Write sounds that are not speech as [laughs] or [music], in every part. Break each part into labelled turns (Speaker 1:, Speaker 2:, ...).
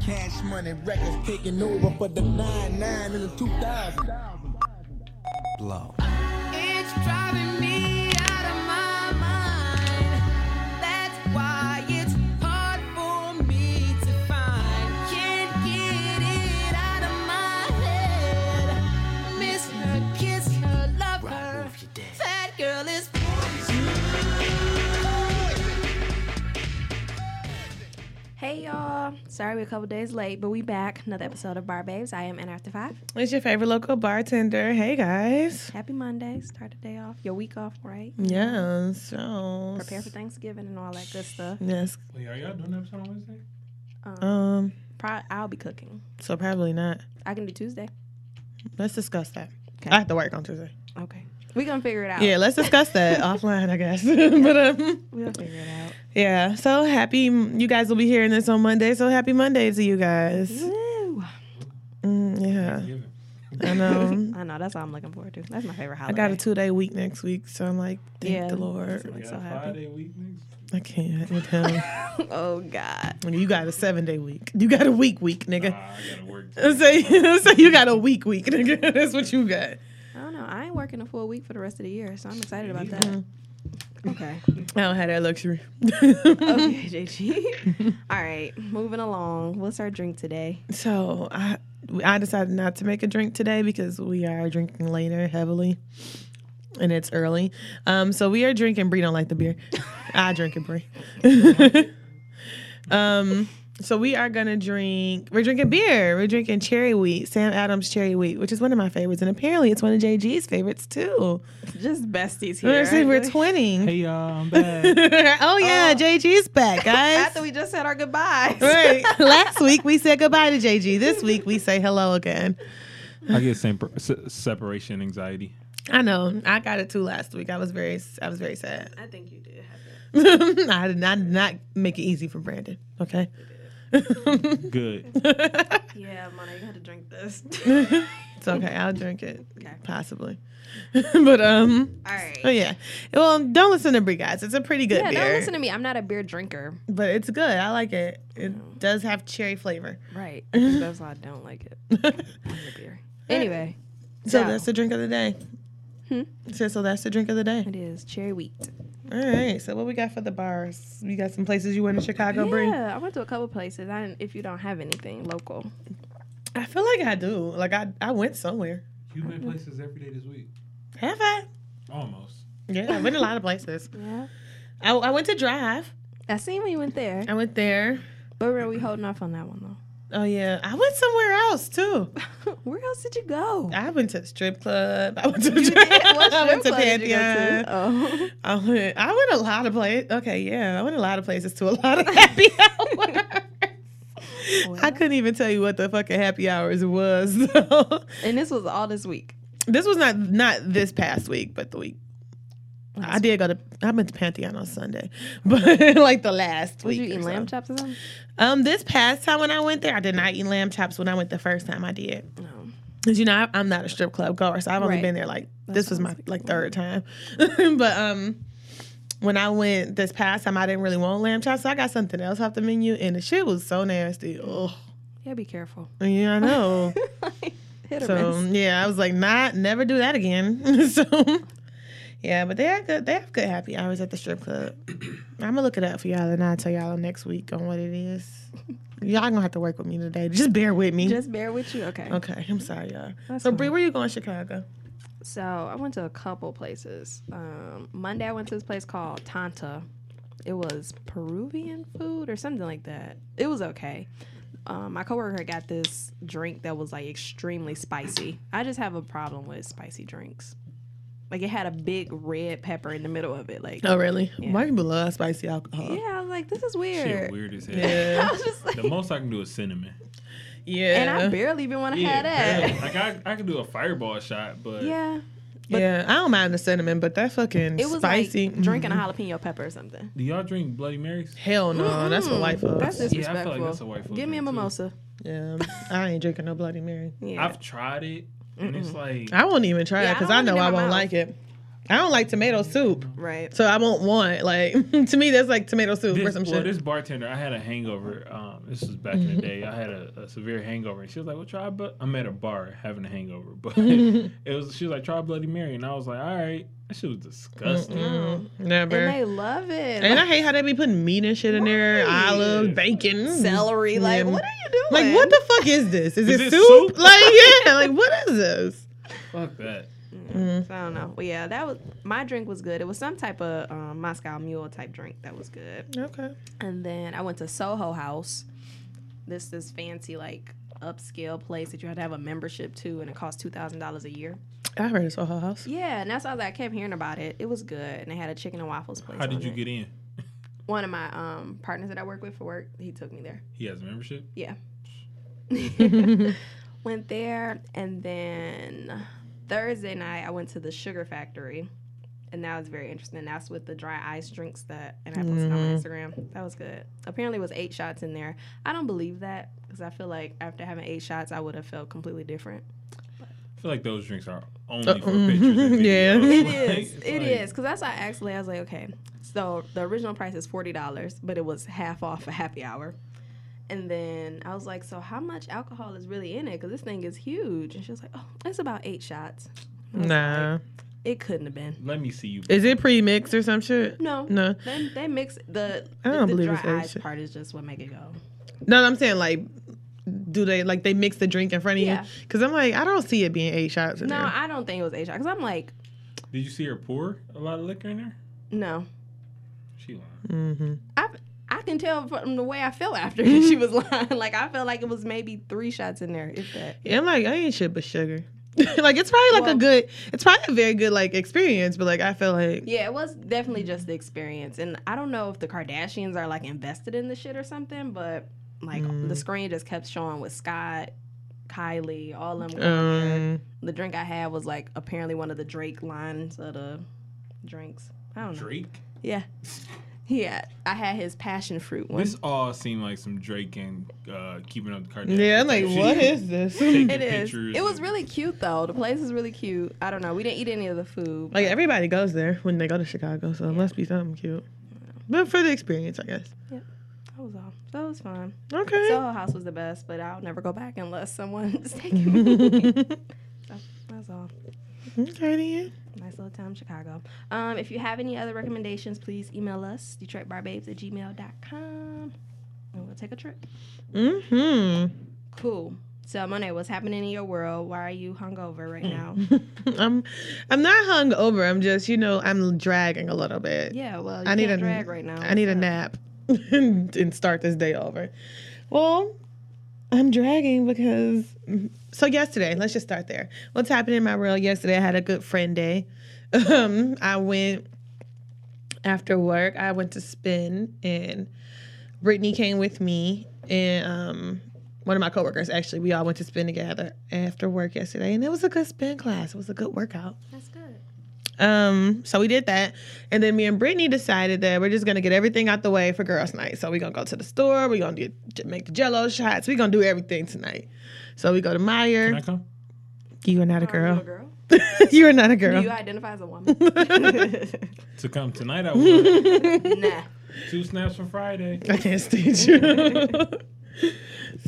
Speaker 1: Cash money records taking over for the 9 9 in the 2000. Blow.
Speaker 2: It's driving me out of my mind. That's why it's hard for me to find. Can't get it out of my head. Miss her, kiss her, love her. That girl is
Speaker 3: Hey y'all. Sorry we're a couple days late, but we back. Another episode of Bar Babes. I am N After Five.
Speaker 4: It's your favorite local bartender. Hey guys.
Speaker 3: Happy Monday. Start the day off. Your week off, right?
Speaker 4: Yeah, so
Speaker 3: Prepare for Thanksgiving and all that good stuff.
Speaker 4: Yes.
Speaker 5: Wait, are y'all doing an episode on Wednesday?
Speaker 4: Um,
Speaker 3: Pro- I'll be cooking.
Speaker 4: so probably not.
Speaker 3: I can do Tuesday.
Speaker 4: Let's discuss that.
Speaker 3: Okay. Oh.
Speaker 4: I have to work on Tuesday.
Speaker 3: Okay. we gonna figure it out.
Speaker 4: Yeah, let's discuss
Speaker 3: [laughs]
Speaker 4: that offline, I guess. [laughs] but um
Speaker 3: we gonna figure it out.
Speaker 4: yeah, so happy you guys will be hearing this on Monday. So happy Monday to you guys.
Speaker 3: [laughs] Woo.
Speaker 4: Mm, yeah.
Speaker 5: Thanksgiving.
Speaker 4: I
Speaker 5: [laughs]
Speaker 4: know.
Speaker 3: I know, that's what I'm looking forward to. That's my favorite
Speaker 4: I
Speaker 3: holiday.
Speaker 4: got a two day week next week, so I'm like, thank
Speaker 3: Yeah.
Speaker 4: the Lord.
Speaker 5: We
Speaker 3: like
Speaker 5: got
Speaker 3: so happy.
Speaker 5: Friday week next.
Speaker 4: I can't with him.
Speaker 3: [laughs] oh God.
Speaker 4: you got a seven day week. You got a week week, nigga.
Speaker 5: Nah, I gotta
Speaker 4: [laughs]
Speaker 5: work.
Speaker 4: So, so you got a week week, nigga. [laughs] That's what you got.
Speaker 3: I don't know. I ain't working a full week for the rest of the year, so I'm excited about that. [laughs] Okay.
Speaker 4: I don't have that [laughs] luxury.
Speaker 3: [laughs] Okay, JG. All right, moving along. What's our drink [laughs] today?
Speaker 4: So I I decided not to make a drink today because we are drinking later heavily, and it's early. Um, so we are drinking. Bree don't like the beer. I drink it, Bree. [laughs] um, so we are gonna drink. We're drinking beer. We're drinking cherry wheat, Sam Adams cherry wheat, which is one of my favorites, and apparently it's one of JG's favorites too.
Speaker 3: Just besties
Speaker 4: We're,
Speaker 3: here. [laughs]
Speaker 4: we're twinning.
Speaker 5: y'all, I'm back.
Speaker 4: [laughs] oh yeah,
Speaker 3: [laughs]
Speaker 4: JG's back, guys.
Speaker 3: After we just said our goodbyes. [laughs]
Speaker 4: right. Last week we said goodbye to JG. This week we say hello again.
Speaker 5: [laughs] I get sem- se- separation anxiety.
Speaker 4: I know. I got it too last week. I was very I was very sad.
Speaker 3: I think you did. have that.
Speaker 4: [laughs] I did not, not make it easy for Brandon. Okay. [laughs]
Speaker 5: Good.
Speaker 3: Yeah, Mona, you had to drink this.
Speaker 4: It's okay. I'll drink it.
Speaker 3: Okay.
Speaker 4: Possibly. [laughs] but um
Speaker 3: All
Speaker 4: oh
Speaker 3: right.
Speaker 4: yeah. Well, don't listen to Brie guys. It's a pretty good
Speaker 3: Yeah,
Speaker 4: beer.
Speaker 3: don't listen to me. I'm not a beer drinker.
Speaker 4: but it's good. I like it.
Speaker 3: Oh.
Speaker 4: It does have cherry flavor. [laughs]
Speaker 3: [laughs] Right. That's why I don't like it. I love beer. Anyway,
Speaker 4: So
Speaker 3: So-
Speaker 4: that's the drink of the day.
Speaker 3: Hmm?
Speaker 4: So, so that's the drink of the day.
Speaker 3: it is cherry wheat.
Speaker 4: All right. So what we got for the bars? We got some places you went in Chicago, Bree.
Speaker 3: Yeah, I went to a couple places. I didn't, if you don't have anything local,
Speaker 4: I feel like I do. Like I, I went somewhere.
Speaker 5: You been places every day this week.
Speaker 4: Have I?
Speaker 5: Almost.
Speaker 4: Yeah, I went a lot
Speaker 3: [laughs]
Speaker 4: of places.
Speaker 3: yeah.
Speaker 4: I, I went to Drive.
Speaker 3: I seen when you went there,
Speaker 4: I went there.
Speaker 3: but we're we holding off on that one
Speaker 4: Oh yeah, I went somewhere
Speaker 3: [laughs]
Speaker 4: else too.
Speaker 3: though. Where else did you go?
Speaker 4: I went to the strip club. I went to
Speaker 3: [laughs] You
Speaker 4: Drive.
Speaker 3: did? What
Speaker 4: [laughs] I went to
Speaker 3: strip club did you go
Speaker 4: Pantheon.
Speaker 3: to? [laughs] Oh.
Speaker 4: I went. I went a lot of places. Okay, yeah, I went a lot of places to a lot of happy [laughs] hours. I couldn't even tell you what the fucking happy hours was. [laughs] though.
Speaker 3: And this was all this week.
Speaker 4: this was not not this past week, but the week. I did go to. I went to Pantheon on Sunday, [laughs] but like the last
Speaker 3: Was
Speaker 4: week.
Speaker 3: you
Speaker 4: or
Speaker 3: eating
Speaker 4: so.
Speaker 3: lamb chops or something?
Speaker 4: Um, this past time when I went there, I did not eat lamb chops. When I went the first time, I did.
Speaker 3: No.
Speaker 4: Cause you know I, I'm not a strip club goer, so I've only
Speaker 3: Right.
Speaker 4: been there like
Speaker 3: That's
Speaker 4: this was
Speaker 3: what I
Speaker 4: my
Speaker 3: was
Speaker 4: like third time. [laughs] but um, when I went this past time, I didn't really want lamb chops, so I got something else off the menu, and the shit was so nasty. Oh,
Speaker 3: Yeah, be [laughs] careful.
Speaker 4: yeah,
Speaker 3: [laughs]
Speaker 4: I know.
Speaker 3: Hit or
Speaker 4: So
Speaker 3: miss.
Speaker 4: yeah, I was like, not never do that again. [laughs] so yeah, but they have good they have good happy hours at the strip
Speaker 3: [clears throat]
Speaker 4: club. I'm gonna look it up for y'all and I'll tell y'all next week on what it is. Y'all gonna have to work with me today. Just bear with me.
Speaker 3: Just bear with you. Okay.
Speaker 4: okay, I'm sorry, y'all.
Speaker 3: That's
Speaker 4: so Brie,
Speaker 3: fine.
Speaker 4: where you going, Chicago?
Speaker 3: So I went to a couple places. Um, Monday I went to this place called Tanta. It was Peruvian food or something like that. It was okay. Um, my coworker got this drink that was like extremely spicy. I just have a problem with spicy drinks. Like it had a big red pepper in the middle of it. Like
Speaker 4: Oh really?
Speaker 3: Yeah.
Speaker 4: White people love spicy alcohol.
Speaker 3: yeah, I was like, this is
Speaker 5: Shit,
Speaker 3: weird.
Speaker 5: weird as hell.
Speaker 4: Yeah.
Speaker 3: [laughs] I was just like,
Speaker 5: The most I can do is cinnamon.
Speaker 4: [laughs]
Speaker 3: [laughs]
Speaker 4: yeah.
Speaker 3: and I barely even want to have that.
Speaker 5: barely. Like I, I can do a fireball shot, but
Speaker 3: [laughs] Yeah,
Speaker 4: yeah, I don't mind the cinnamon, but that fucking
Speaker 3: it was
Speaker 4: spicy mm-hmm. mm,
Speaker 3: like drinking a jalapeno pepper or something.
Speaker 5: do y'all drink Bloody Marys?
Speaker 4: Hell no, that's for white folks.
Speaker 3: That's
Speaker 5: Yeah, I feel like
Speaker 3: disrespectful.
Speaker 5: that's a white folk
Speaker 3: Give me a
Speaker 5: thing, too.
Speaker 3: mimosa.
Speaker 4: yeah, I ain't drinking no Bloody Mary.
Speaker 3: Yeah.
Speaker 5: I've tried it, and it's like
Speaker 4: I won't even try
Speaker 3: Yeah,
Speaker 4: it because
Speaker 3: I
Speaker 4: I
Speaker 3: don't
Speaker 4: know
Speaker 3: want it in
Speaker 4: I
Speaker 3: my
Speaker 4: won't
Speaker 3: mouth.
Speaker 4: like it. I don't like tomato soup,
Speaker 3: Right.
Speaker 4: so I won't want like [laughs] to me that's like tomato soup or
Speaker 5: This,
Speaker 4: some
Speaker 5: well,
Speaker 4: shit.
Speaker 5: this bartender, I had a hangover. Um, this was back in the day. I had a, a severe hangover, and she was like, "Well, try." But I'm at a bar having a hangover, [laughs] but it was. She was like, "Try Bloody Mary," and I was like, "All right." That shit was disgusting.
Speaker 4: Mm, never.
Speaker 3: And they
Speaker 4: And,
Speaker 3: love it.
Speaker 4: I hate how they be putting meat and shit in there,
Speaker 3: Right.
Speaker 4: olive, bacon,
Speaker 3: Like, celery. Like,
Speaker 4: Yeah.
Speaker 3: what are you doing?
Speaker 4: Like what the fuck is this? Is,
Speaker 5: Is
Speaker 4: it
Speaker 5: this
Speaker 4: soup?
Speaker 5: soup?
Speaker 4: Like [laughs] yeah, like what is this?
Speaker 5: Fuck that.
Speaker 3: So I don't know. Well, yeah, that was my drink was good. It was some type of um, Moscow Mule type drink that was good.
Speaker 4: Okay.
Speaker 3: And then I went to Soho House. This this fancy like upscale place that you had to have a membership to, and it cost two thousand dollars a year.
Speaker 4: I heard it's Soho House.
Speaker 3: Yeah, and that's all that I kept hearing about it. It was good, and they had a chicken and waffles place.
Speaker 5: How did
Speaker 3: on
Speaker 5: you
Speaker 3: it.
Speaker 5: get in?
Speaker 3: One of my um partners that I work with for work, he took me there.
Speaker 5: He has a membership.
Speaker 3: Yeah. [laughs] went there and then Thursday night I went to the sugar factory. And that was very interesting. That's with the dry ice drinks that and I posted on my Instagram. That was good. Apparently it was eight shots in there. I don't believe that because I feel like after having eight shots I would have felt completely different.
Speaker 5: I feel like those drinks are only
Speaker 4: Uh,
Speaker 5: for
Speaker 4: mm, [laughs]
Speaker 5: pictures. And
Speaker 4: yeah.
Speaker 5: videos.
Speaker 3: It is.
Speaker 5: [laughs] Like,
Speaker 3: It
Speaker 5: like,
Speaker 3: is. Because that's why I actually I was like, okay. So the original price is forty dollars, but it was half off a happy hour. And then I was like, so how much alcohol is really in it? Because this thing is huge. And she was like, oh, it's about eight shots. I was like,
Speaker 4: Nah.
Speaker 3: it couldn't have been.
Speaker 5: Let me see you.
Speaker 4: Is it pre-mixed or some shit?
Speaker 3: No,
Speaker 4: No.
Speaker 3: They, they mix the
Speaker 4: I don't
Speaker 3: the
Speaker 4: believe
Speaker 3: dry
Speaker 4: it's eight
Speaker 3: eyes
Speaker 4: shot.
Speaker 3: part is just what make it go.
Speaker 4: No, I'm saying like, do they like they mix the drink in front of
Speaker 3: Yeah.
Speaker 4: you? Because I'm like, I don't see it being eight shots in
Speaker 3: No,
Speaker 4: there.
Speaker 3: I don't think it was eight shots. Because I'm like,
Speaker 5: Did you see her pour a lot of liquor in there?
Speaker 3: no,
Speaker 5: She lying.
Speaker 4: Mm-hmm.
Speaker 3: I I can tell from the way I feel after [laughs] she was lying. Like I felt like it was maybe three shots in there, if that.
Speaker 4: Yeah, I'm like, I ain't shit but sugar. [laughs] like it's probably like
Speaker 3: Well-
Speaker 4: a good, it's probably a very good like experience, but like I feel like
Speaker 3: Yeah, it was definitely just the experience. And I don't know if the Kardashians are like invested in the shit or something, but like
Speaker 5: Mm.
Speaker 3: the screen just kept showing with Scott, Kylie, all them.
Speaker 5: Uh.
Speaker 4: um,
Speaker 3: The drink I had was like apparently one of the Drake lines of the drinks. I don't know.
Speaker 5: Drake.
Speaker 3: Yeah. Yeah, I had his passion fruit one.
Speaker 5: This all seemed like some Drake and uh, keeping up the Kardashians.
Speaker 4: yeah, I'm like,
Speaker 5: She-
Speaker 4: what is this?
Speaker 5: the
Speaker 3: It is.
Speaker 5: pictures
Speaker 3: It was
Speaker 5: and-
Speaker 3: really cute though. The place is really cute. I don't know. We didn't eat any of the food.
Speaker 4: [laughs] like everybody goes there when they go to Chicago, so it must be something cute. But for the experience, I guess.
Speaker 3: That was all. That was fun.
Speaker 4: Okay.
Speaker 3: Soho House was the best, but I'll never go back unless someone's [laughs] taking
Speaker 5: [laughs]
Speaker 3: me. so, that's all.
Speaker 4: [laughs] okay then.
Speaker 3: Nice little time, Chicago. Um, if you have any other recommendations, please email us, DetroitBarBabes at gmail.com, and we'll take a trip.
Speaker 4: Mm-hmm.
Speaker 3: Cool. So, Monet, what's happening in your world? Why are you hungover right now?
Speaker 4: I'm I'm not hung over. I'm just, you know, I'm dragging a little
Speaker 3: [laughs]
Speaker 4: bit.
Speaker 3: yeah, well, you
Speaker 4: I need
Speaker 3: can't
Speaker 4: a-
Speaker 3: drag right now.
Speaker 4: I need a nap [laughs] and, and start this day over. Well, I'm dragging because so yesterday, let's just start there. What's happened in my world yesterday? I had a good friend day. [laughs] Um, I went after work. I went to spin, and Brittany came with me, and um, one of my coworkers actually. We all went to spin together after work yesterday, and it was a good spin class. It was a good workout.
Speaker 3: That's good.
Speaker 4: Um, so we did that, and then me and Brittany decided that we're just gonna get everything out the way for girls' night. So we're gonna go to the store. We're gonna get, make the Jello shots. We're gonna do everything tonight. So we go to Meyer.
Speaker 5: Can I come?
Speaker 4: you are not a
Speaker 3: Are you a
Speaker 4: girl.
Speaker 3: girl?
Speaker 4: [laughs] you are not a
Speaker 3: Do
Speaker 4: girl.
Speaker 3: you identify as a [laughs] woman?
Speaker 5: To come
Speaker 4: [laughs]
Speaker 5: tonight, I would.
Speaker 3: nah.
Speaker 5: Two snaps for Friday.
Speaker 4: I can't stand you.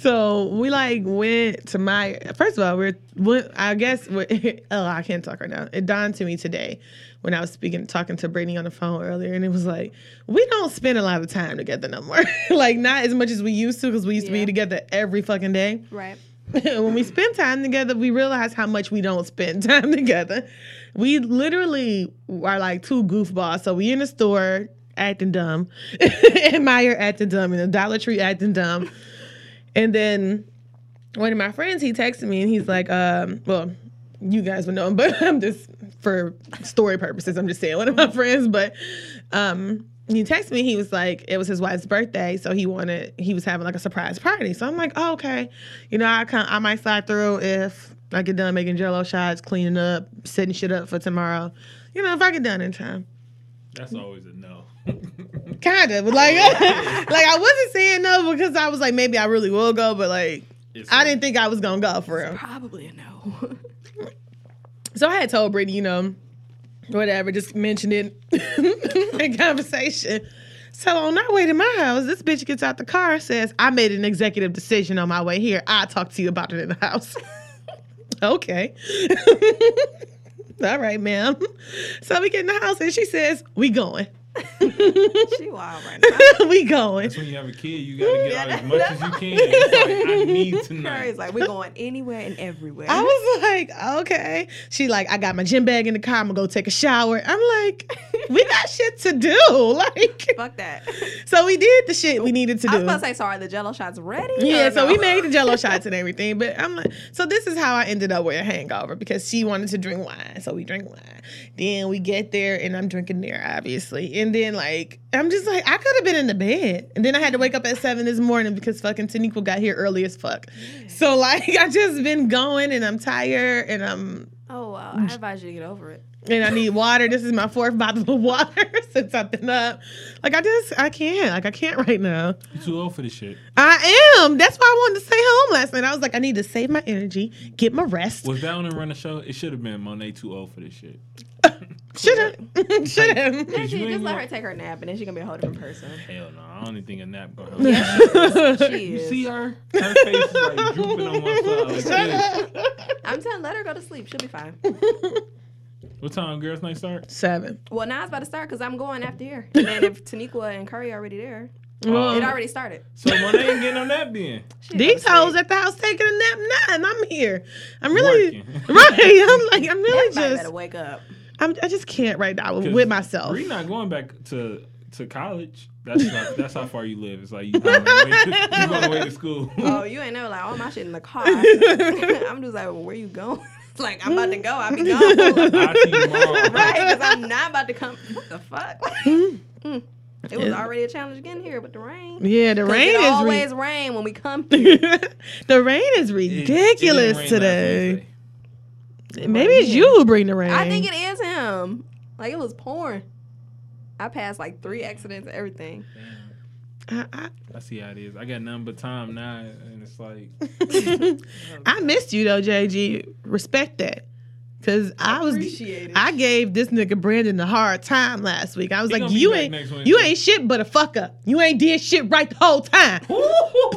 Speaker 4: so we like went to my first of all we're we- I guess we [laughs] oh I can't talk right now. It dawned to me today when I was speaking talking to Brittany on the phone earlier, and it was like we don't spend a lot of time together no more. [laughs] like not as much as we used to because we used to
Speaker 3: Yeah.
Speaker 4: be together every fucking day.
Speaker 3: Right.
Speaker 4: [laughs] when we spend time together, we realize how much we don't spend [laughs] time together. We literally are like two goofballs. So we in the store acting dumb, [laughs] and Meyer acting dumb, and the Dollar Tree acting dumb. And then one of my friends, he texted me and he's like, um, well, you guys would know him, [laughs] but I'm just for story purposes, I'm just saying one of my friends, but um he texted me, he was like, it was his wife's birthday, so he wanted he was having like a surprise party. So I'm like, oh, okay. You know, I come I might slide through if I get done making jello shots, cleaning up, setting shit up for tomorrow. You know, if I get done in time.
Speaker 5: That's always
Speaker 4: [laughs]
Speaker 5: a no.
Speaker 4: Kind of. But like [laughs] like I wasn't saying no because I was like, maybe I really will go, but like
Speaker 5: It's
Speaker 4: I didn't think I was gonna go for real.
Speaker 3: Probably a no. [laughs]
Speaker 4: So I had told Brittany, you know, whatever, just mentioned it [laughs] in conversation. So on our way to my house, this bitch gets out the car and says, I made an executive decision on my way here. I'll talk to you about it in the house. [laughs] okay. [laughs] All right, ma'am. So we get in the house and she says, We going. [laughs]
Speaker 3: She wild right [laughs] now.
Speaker 4: we going.
Speaker 5: That's when you have a kid, you gotta
Speaker 4: [laughs]
Speaker 5: get out as much as you can. It's like, I need
Speaker 3: Curry's
Speaker 5: tonight.
Speaker 3: like, we're going anywhere and everywhere.
Speaker 4: I was like, okay. She like, I got my gym bag in the car. I'm gonna go take a shower. I'm like, [laughs] we got shit to do. [laughs] Like,
Speaker 3: Fuck [laughs] that.
Speaker 4: so we did the shit we needed to do.
Speaker 3: I was about to say, sorry, the jello shots ready?
Speaker 4: Yeah,
Speaker 3: or
Speaker 4: so
Speaker 3: no?
Speaker 4: we made
Speaker 3: [laughs]
Speaker 4: the jello shots and everything. But I'm like, so this is how I ended up with a hangover because she wanted to drink wine. So we drink wine. Then we get there and I'm drinking there, obviously. And then, like, I'm just like, I could have been in the bed. And then I had to wake up at seven this morning because fucking Taniqua got here early as fuck. So, like, [laughs] I just been going and I'm tired and I'm
Speaker 3: Oh, well, I advise you to get over it.
Speaker 4: and I need water. This is my fourth bottle of [laughs] water since I've been up. Like I just I can't. Like I can't right now.
Speaker 5: You too old for this shit.
Speaker 4: I am. That's why I wanted to stay home last night. I was like, I need to save my energy, get my rest.
Speaker 5: Was that on a run a show? It should have been Monet too old for this shit.
Speaker 4: Should [laughs] have. Should
Speaker 5: [laughs]
Speaker 4: have.
Speaker 5: Did you
Speaker 3: Actually, just
Speaker 5: ain't
Speaker 3: let
Speaker 5: know-
Speaker 3: her take her nap, and then she's going to be a whole different person.
Speaker 5: Hell no, I don't even think a nap gonna help.
Speaker 3: She
Speaker 5: You
Speaker 3: is.
Speaker 5: see her? Her face is like drooping on one side.
Speaker 4: [laughs]
Speaker 5: Like this.
Speaker 3: I'm telling let her go to sleep. She'll be fine.
Speaker 5: What time girls' night start?
Speaker 4: Seven.
Speaker 3: Well, now it's about to start because I'm going after here. And then if Taniqua and Curry already there,
Speaker 5: Oh.
Speaker 4: um,
Speaker 3: it already started.
Speaker 5: So Monet ain't getting no nap then.
Speaker 3: She
Speaker 4: These
Speaker 3: gotta
Speaker 4: hoes
Speaker 3: sleep.
Speaker 4: at the house taking a nap now, and I'm here. I'm really
Speaker 5: Working.
Speaker 4: [laughs] right. I'm like I'm really
Speaker 3: Everybody better
Speaker 4: just
Speaker 3: wake up.
Speaker 4: I'm, I just can't right now with,
Speaker 5: 'Cause
Speaker 4: with myself.
Speaker 5: Bree not going back to to college. That's not, that's how far you live. It's like you on the way to, you on the way
Speaker 4: [laughs]
Speaker 5: to school.
Speaker 3: Oh, you ain't never like, oh, my shit in the car. [laughs] I'm just like, well, where you going? [laughs] It's like, I'm about to go. I'll be
Speaker 5: [laughs]
Speaker 3: gone.
Speaker 5: I'll see you tomorrow.
Speaker 3: right? Because I'm not about to come. What the fuck? [laughs] Mm. It was already a challenge getting here with the rain.
Speaker 4: Yeah, the
Speaker 3: 'Cause
Speaker 4: rain
Speaker 3: it
Speaker 4: is re- [laughs]
Speaker 3: always rain when we come here.
Speaker 4: the rain is
Speaker 5: It- it didn't
Speaker 4: ridiculous
Speaker 5: rain last
Speaker 4: today.
Speaker 5: Wednesday.
Speaker 4: Maybe it's you who bring the rain.
Speaker 3: I think it is him. Like it was pouring. I passed like three accidents and everything.
Speaker 4: I, I,
Speaker 5: I see how it is. I got nothing but time now, and
Speaker 4: [laughs]
Speaker 5: it's like
Speaker 4: I missed you though, JG. Respect that, cause I was.
Speaker 3: Appreciate it.
Speaker 4: I gave this nigga Brandon a hard time last week. I was
Speaker 5: He
Speaker 4: like,
Speaker 5: gonna be
Speaker 4: you
Speaker 5: back
Speaker 4: ain't,
Speaker 5: next Wednesday."
Speaker 4: you ain't shit but a fuck up. You ain't did shit right the whole time.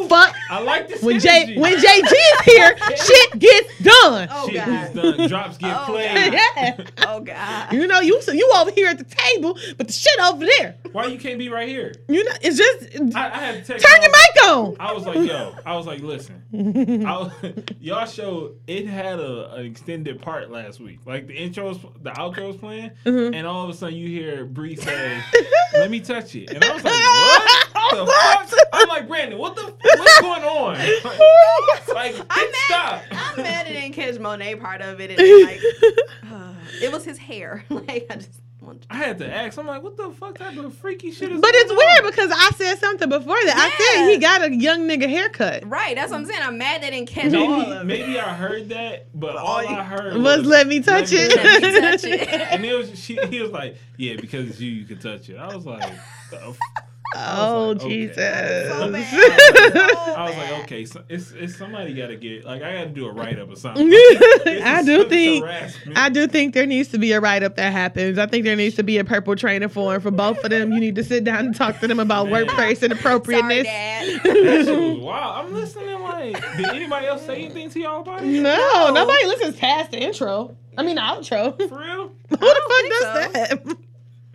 Speaker 4: Fuck.
Speaker 5: I like this
Speaker 4: When
Speaker 5: energy.
Speaker 4: J, when JG is
Speaker 5: [laughs]
Speaker 4: here, shit gets done. [laughs]
Speaker 3: Oh
Speaker 5: shit
Speaker 3: god.
Speaker 5: gets done, drops get
Speaker 3: Oh,
Speaker 5: played.
Speaker 4: Yeah.
Speaker 3: [laughs] Oh god.
Speaker 4: You know, you so you over here at the table, but the shit over there.
Speaker 5: Why you can't be right here?
Speaker 4: You know, it's just
Speaker 5: I, I had to text.
Speaker 4: turn
Speaker 5: her.
Speaker 4: your mic on.
Speaker 5: I was like, yo, I was like, listen, I was, [laughs] y'all show it had a an extended part last week. Like the intros, the outros playing,
Speaker 4: Mm-hmm.
Speaker 5: and all of a sudden you
Speaker 4: [laughs]
Speaker 5: hear Bree say, "Let me touch it," and I was like,
Speaker 4: [laughs]
Speaker 5: what? The
Speaker 4: What?
Speaker 5: fuck? I'm like, Brandon, what the what's
Speaker 4: [laughs]
Speaker 5: going on? Like, like
Speaker 3: I'm
Speaker 5: hit stop.
Speaker 3: mad. I'm mad. I didn't catch Monet part of it. And [laughs] like, uh, it was his hair. [laughs] like I just want.
Speaker 5: [laughs] I had to ask. I'm like, what the fuck type of freaky shit is?
Speaker 4: But
Speaker 5: going
Speaker 4: it's weird because I said something before that. I said
Speaker 3: Yeah.
Speaker 4: he got a young nigga haircut.
Speaker 3: Right. That's what I'm saying. I'm mad they didn't catch all of
Speaker 5: Maybe,
Speaker 3: it.
Speaker 5: maybe I heard that, but all I heard
Speaker 4: Was let me touch
Speaker 5: "Let
Speaker 4: it."
Speaker 3: [laughs]
Speaker 5: touch
Speaker 3: You touch it.
Speaker 5: [laughs] And it was she. He was like, "Yeah, because it's you, you can touch it." I was like, "The f-"
Speaker 4: Oh
Speaker 5: like, okay.
Speaker 4: Jesus!
Speaker 3: So
Speaker 4: [laughs]
Speaker 5: I
Speaker 3: bad.
Speaker 5: was like, "Okay, so it's, it's somebody got to get like I got to do a write up or something." This
Speaker 4: [laughs] I
Speaker 5: is
Speaker 4: do
Speaker 5: such
Speaker 4: think
Speaker 5: harassment.
Speaker 4: I do think there needs to be a write up that happens. I think there needs to be a purple trainer form for both of them. You need to sit down and talk to them about
Speaker 5: Man.
Speaker 4: workplace and
Speaker 3: Sorry,
Speaker 4: appropriateness. [laughs]
Speaker 3: Dad.
Speaker 5: that shit was wild. I'm listening. Like, did anybody else say anything to y'all about it?
Speaker 4: No, nobody listens past the intro. I mean the outro. [laughs] Who
Speaker 5: For real?
Speaker 4: the fuck does that?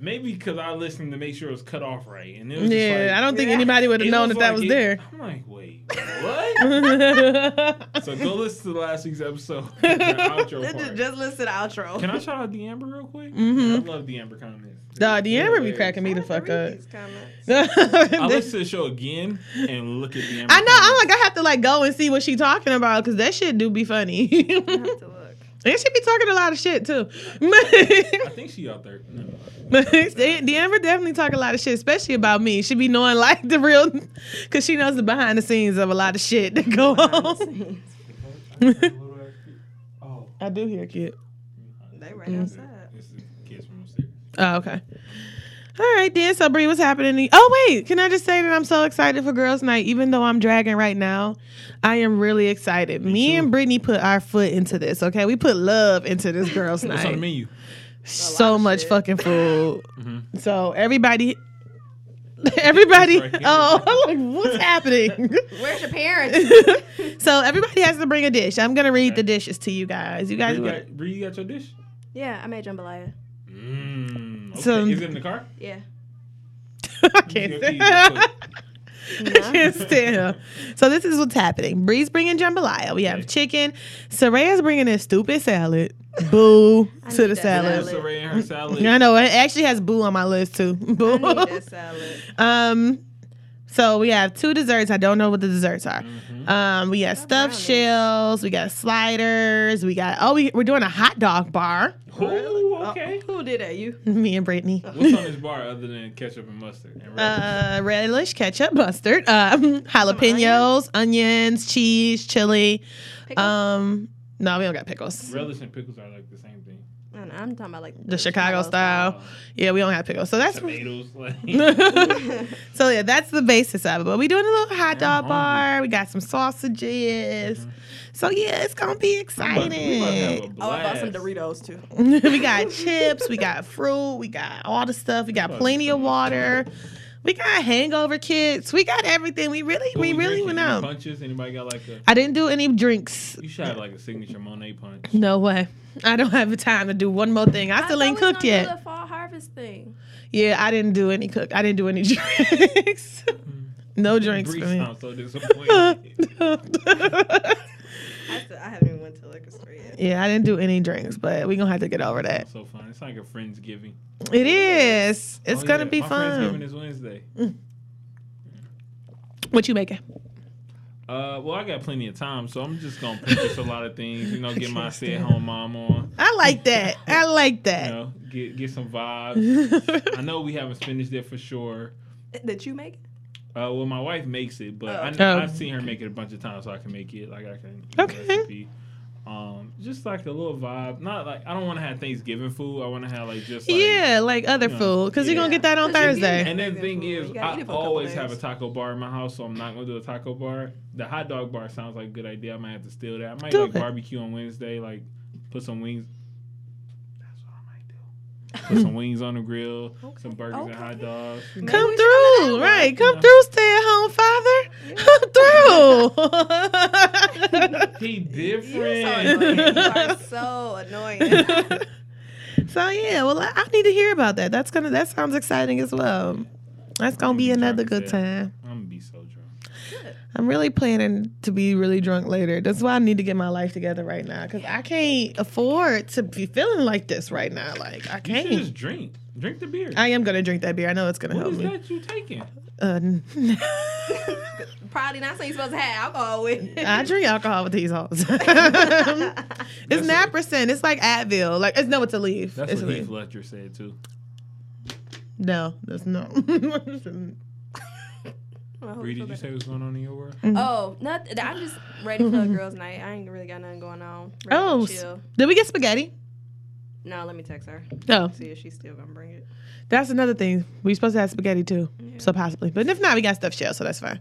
Speaker 5: Maybe because I listened to make sure it was cut off right, and it was just
Speaker 4: Yeah,
Speaker 5: like,
Speaker 4: I don't think
Speaker 3: Yeah.
Speaker 4: anybody would have
Speaker 5: it
Speaker 4: known that that
Speaker 5: like
Speaker 4: was
Speaker 5: it-
Speaker 4: there.
Speaker 5: I'm like, wait, what? so go listen to last week's episode. the outro
Speaker 3: Just,
Speaker 5: part.
Speaker 3: just listen to the outro.
Speaker 5: Can I shout out D'Amber real quick? I love D'Amber comments.
Speaker 4: [laughs] Nah, Mm-hmm. the
Speaker 5: They're
Speaker 4: Amber be
Speaker 5: hilarious.
Speaker 4: cracking me the
Speaker 3: Read
Speaker 4: fuck up. [laughs]
Speaker 3: these comments.
Speaker 5: I listen to the show again and look at the. Amber
Speaker 4: I know.
Speaker 5: comments.
Speaker 4: I'm like, I have to like go and see what she talking about because that shit do be funny. [laughs]
Speaker 3: I have
Speaker 4: and
Speaker 3: to look.
Speaker 4: she be talking a lot of shit too. [laughs]
Speaker 5: I think she out there. No.
Speaker 4: Deandra definitely talk a lot of shit, especially about me. She be knowing like the real, because she knows the behind the scenes of a lot of shit that go on.
Speaker 5: Oh,
Speaker 4: I do hear kid.
Speaker 3: They right outside.
Speaker 5: this is kids from upstairs.
Speaker 4: Oh, okay. All right, then. So, Bree, what's happening? to you? Oh, wait. Can I just say that I'm so excited for Girls' Night? Even though I'm dragging right now, I am really excited. Me,
Speaker 5: too.
Speaker 4: and Brittany put our foot into this, okay? We put love into this Girls'
Speaker 5: What's on the
Speaker 4: Night.
Speaker 5: menu?
Speaker 4: so
Speaker 3: of
Speaker 4: much
Speaker 3: shit.
Speaker 4: fucking food.
Speaker 5: Mm-hmm.
Speaker 4: So everybody, [laughs] everybody.
Speaker 5: right here.
Speaker 4: oh, [laughs] I'm like, what's
Speaker 3: [laughs]
Speaker 4: happening?
Speaker 3: Where's your parents? [laughs]
Speaker 4: so everybody has to bring a dish. I'm gonna read the dishes to you guys. You guys.
Speaker 5: Bree, you
Speaker 4: want-
Speaker 5: got, Bree, you got your dish?
Speaker 3: yeah, I made jambalaya.
Speaker 5: Mm, okay.
Speaker 4: So-
Speaker 5: Is it in
Speaker 4: [laughs]
Speaker 5: the car?
Speaker 3: Yeah.
Speaker 4: [laughs] I can't
Speaker 5: Your keys
Speaker 4: [laughs]
Speaker 5: real
Speaker 4: stand.
Speaker 5: quick.
Speaker 4: I can't stand him. So this is what's happening. Bree's bringing jambalaya. We have
Speaker 5: Okay.
Speaker 4: chicken. Soraya's bringing this stupid salad.
Speaker 3: [laughs]
Speaker 4: Boo to
Speaker 3: need
Speaker 4: the
Speaker 3: that
Speaker 4: salad.
Speaker 5: That's Saray and her salad.
Speaker 4: I know it actually has boo on my list too. Boo.
Speaker 3: I need [laughs] that salad.
Speaker 4: Um, so we have two desserts. I don't know what the desserts are. Um, we got stuffed
Speaker 3: brownies.
Speaker 4: shells. We got sliders. We got oh, we, we're doing a hot dog bar. [laughs]
Speaker 5: Ooh, okay.
Speaker 3: Oh, Who did that? You?
Speaker 4: Me and Brittany.
Speaker 5: What's on this bar other than ketchup and mustard? And relish?
Speaker 4: Uh, relish, ketchup, mustard, [laughs] um, jalapenos, onions, cheese, chili.
Speaker 3: Pickle?
Speaker 4: Um, no, we don't got pickles.
Speaker 5: relish and pickles are like the same
Speaker 4: [laughs]
Speaker 5: thing.
Speaker 3: I don't know, I'm talking about like
Speaker 4: The Chicago style. Yeah, we don't have pickles. So that's
Speaker 5: Tomatoes,
Speaker 4: [laughs]
Speaker 5: like [laughs]
Speaker 4: so yeah, that's the basis of it. But we doing a little hot
Speaker 5: Yeah,
Speaker 4: dog
Speaker 5: I'm
Speaker 4: bar. We got some sausages. So yeah, it's gonna be
Speaker 5: I'm about to- Mm-hmm. we about to have a
Speaker 4: exciting.
Speaker 3: Oh, I bought some
Speaker 5: blast.
Speaker 3: Doritos too.
Speaker 4: [laughs] we got chips, we got fruit, we got all the stuff, we got
Speaker 5: Fuck.
Speaker 4: plenty of water, we got hangover kits, we got everything. We really,
Speaker 5: What
Speaker 4: we really
Speaker 5: drinking?
Speaker 4: went
Speaker 5: Any
Speaker 4: out.
Speaker 5: Punches? Anybody got like a?
Speaker 4: I didn't do any drinks.
Speaker 5: You should have like a signature Monet punch.
Speaker 4: No way. I don't have the time to do one more thing. I still ain't cooked yet.
Speaker 3: The fall harvest thing.
Speaker 4: Yeah, I didn't do any cook. I didn't do any [laughs] drinks.
Speaker 5: Mm.
Speaker 4: no drinks
Speaker 5: Bree
Speaker 4: for me.
Speaker 5: sounds
Speaker 4: [laughs]
Speaker 5: so disappointed.
Speaker 3: I, still, I haven't even went to liquor store yet.
Speaker 4: [laughs] yeah, I didn't do any drinks, but we're gonna have to get over that.
Speaker 5: so fun. It's like a friendsgiving.
Speaker 4: It is. It's
Speaker 5: Oh,
Speaker 4: gonna
Speaker 5: yeah.
Speaker 4: be
Speaker 5: My Friendsgiving
Speaker 4: fun.
Speaker 5: is Wednesday.
Speaker 4: What you making?
Speaker 5: Uh, well, I got plenty of time, so I'm just gonna purchase a lot of things. You know,
Speaker 4: [laughs]
Speaker 5: get my stay-at-home mom on.
Speaker 4: I like that. I like
Speaker 5: You
Speaker 4: that.
Speaker 5: know, get get
Speaker 4: [laughs]
Speaker 5: some vibes. I know we haven't finished it for sure.
Speaker 3: Eh, Did you make? it?
Speaker 5: Uh, well, my wife makes it, but I,
Speaker 4: Oh.
Speaker 5: I've seen her make it a bunch of times, so I can make it. Like I can.
Speaker 4: Okay.
Speaker 5: recipe. Um, just like a little vibe. Not like I don't want to have Thanksgiving food. I want to have like just like,
Speaker 4: yeah, like other
Speaker 5: Yeah.
Speaker 4: food, because you're gonna
Speaker 3: Yeah.
Speaker 4: get that on
Speaker 3: 'Cause you
Speaker 4: Thursday.
Speaker 3: get-
Speaker 5: And then the thing
Speaker 3: Food. You
Speaker 5: is,
Speaker 3: gotta eat
Speaker 5: I
Speaker 3: it for a couple
Speaker 5: always have a
Speaker 3: days.
Speaker 5: taco bar in my house, so I'm not gonna do a taco bar. The hot dog bar sounds like a good idea. I might have to steal that. I might
Speaker 4: Do
Speaker 5: like
Speaker 4: it.
Speaker 5: barbecue on Wednesday, like put some wings. That's what I
Speaker 4: [laughs]
Speaker 5: might do. Put some wings on the grill, some burgers and
Speaker 3: Okay.
Speaker 5: hot dogs.
Speaker 3: [laughs]
Speaker 4: Come
Speaker 3: we should have that
Speaker 4: through, right? Come
Speaker 5: Yeah.
Speaker 4: through, stay at home, father.
Speaker 5: He
Speaker 3: You're so
Speaker 5: different.
Speaker 3: annoying. you are so
Speaker 4: [laughs]
Speaker 3: annoying.
Speaker 4: Come through. so yeah, well, I, I need to hear about that. That's gonna. That sounds exciting as well. That's gonna
Speaker 5: Mm,
Speaker 4: be another good time.
Speaker 5: I'm gonna be so drunk.
Speaker 4: I'm really planning to be really drunk later. That's why I need to get my life together right now because I can't afford to be feeling like this right now. Like I
Speaker 5: You should just
Speaker 4: can't.
Speaker 5: drink. Drink the beer.
Speaker 4: I am gonna drink that beer. I know it's gonna
Speaker 5: what
Speaker 4: help
Speaker 5: is
Speaker 4: me.
Speaker 5: that you taking?
Speaker 4: Uh,
Speaker 3: Probably not something you're supposed to have alcohol with.
Speaker 4: [laughs] I drink alcohol with these
Speaker 5: [laughs]
Speaker 4: hoes. [laughs] it's
Speaker 5: That's what-
Speaker 4: naproxen. It's like Advil. Like it's no, it's a leaf.
Speaker 5: That's
Speaker 4: it's Oh,
Speaker 5: what
Speaker 4: a leaf.
Speaker 5: Heath Ledger said too.
Speaker 4: No, that's no. [laughs]
Speaker 5: Bree, did you say what's going on in your world?
Speaker 4: Mm-hmm.
Speaker 3: Oh, nothing. I'm just ready for a girls' night. I ain't really got nothing going on. Ready to
Speaker 4: oh, s-
Speaker 3: chill.
Speaker 4: did we get spaghetti?
Speaker 3: No, let me text her.
Speaker 4: No,
Speaker 3: See if she's still gonna bring it.
Speaker 4: that's another thing. We supposed to have spaghetti too, so possibly. But if not, we got stuffed shell, so that's fine.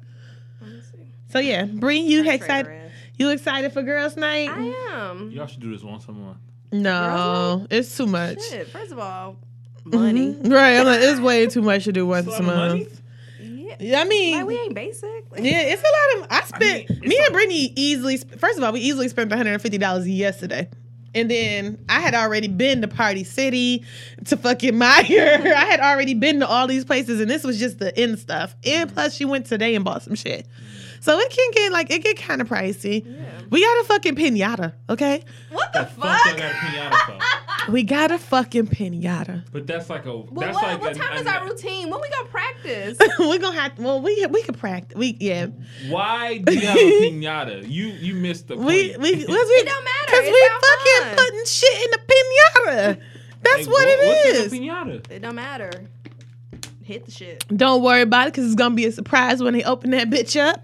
Speaker 3: Let me see.
Speaker 4: So yeah, Bree, you
Speaker 3: Her
Speaker 4: excited?
Speaker 3: traitor ass.
Speaker 4: You excited for girls' night?
Speaker 3: I am.
Speaker 5: Y'all should do this once a month.
Speaker 4: No, it's too much.
Speaker 3: Shit. First of all,
Speaker 4: Mm-hmm.
Speaker 3: money.
Speaker 4: Right, I'm like, it's way too much to do once a
Speaker 5: Some money?
Speaker 4: month.
Speaker 3: Yeah.
Speaker 4: Yeah, I mean,
Speaker 3: Like we ain't basic.
Speaker 4: yeah, it's a lot of. I spent
Speaker 5: mean, it's
Speaker 4: me
Speaker 5: a-
Speaker 4: and Brittany easily. sp- First of all, we easily spent 150 dollars yesterday, and then I had already been to Party City, to fucking [laughs] Meyer. I had already been to all these places, and this was just the end stuff. And plus, she went today and bought some shit. So it can get like it get kind of pricey. We got a fucking pinata, okay?
Speaker 3: What the
Speaker 5: Fuck, y'all
Speaker 3: fuck?
Speaker 5: got a pinata for.
Speaker 4: We got a fucking pinata.
Speaker 5: But that's like a.
Speaker 3: Well,
Speaker 5: that's
Speaker 3: what,
Speaker 5: like
Speaker 3: what
Speaker 5: a-
Speaker 3: time is
Speaker 5: a-
Speaker 3: our routine? When we gonna
Speaker 4: [laughs]
Speaker 3: practice?
Speaker 4: We're gonna have well, we we could practice. We yeah.
Speaker 5: Why do you have a pinata? You you missed the point.
Speaker 4: We we we,
Speaker 3: Oh, [laughs] It don't matter.
Speaker 4: because
Speaker 3: It's
Speaker 4: we
Speaker 3: our
Speaker 4: fucking
Speaker 3: fun.
Speaker 4: putting shit in the pinata. That's
Speaker 5: [laughs] Like,
Speaker 4: what, it
Speaker 5: what's
Speaker 4: is.
Speaker 5: in a pinata?
Speaker 3: It don't matter. Hit the
Speaker 4: [laughs]
Speaker 3: shit.
Speaker 4: Don't worry about it because it's gonna be a surprise when they open that bitch up. [laughs]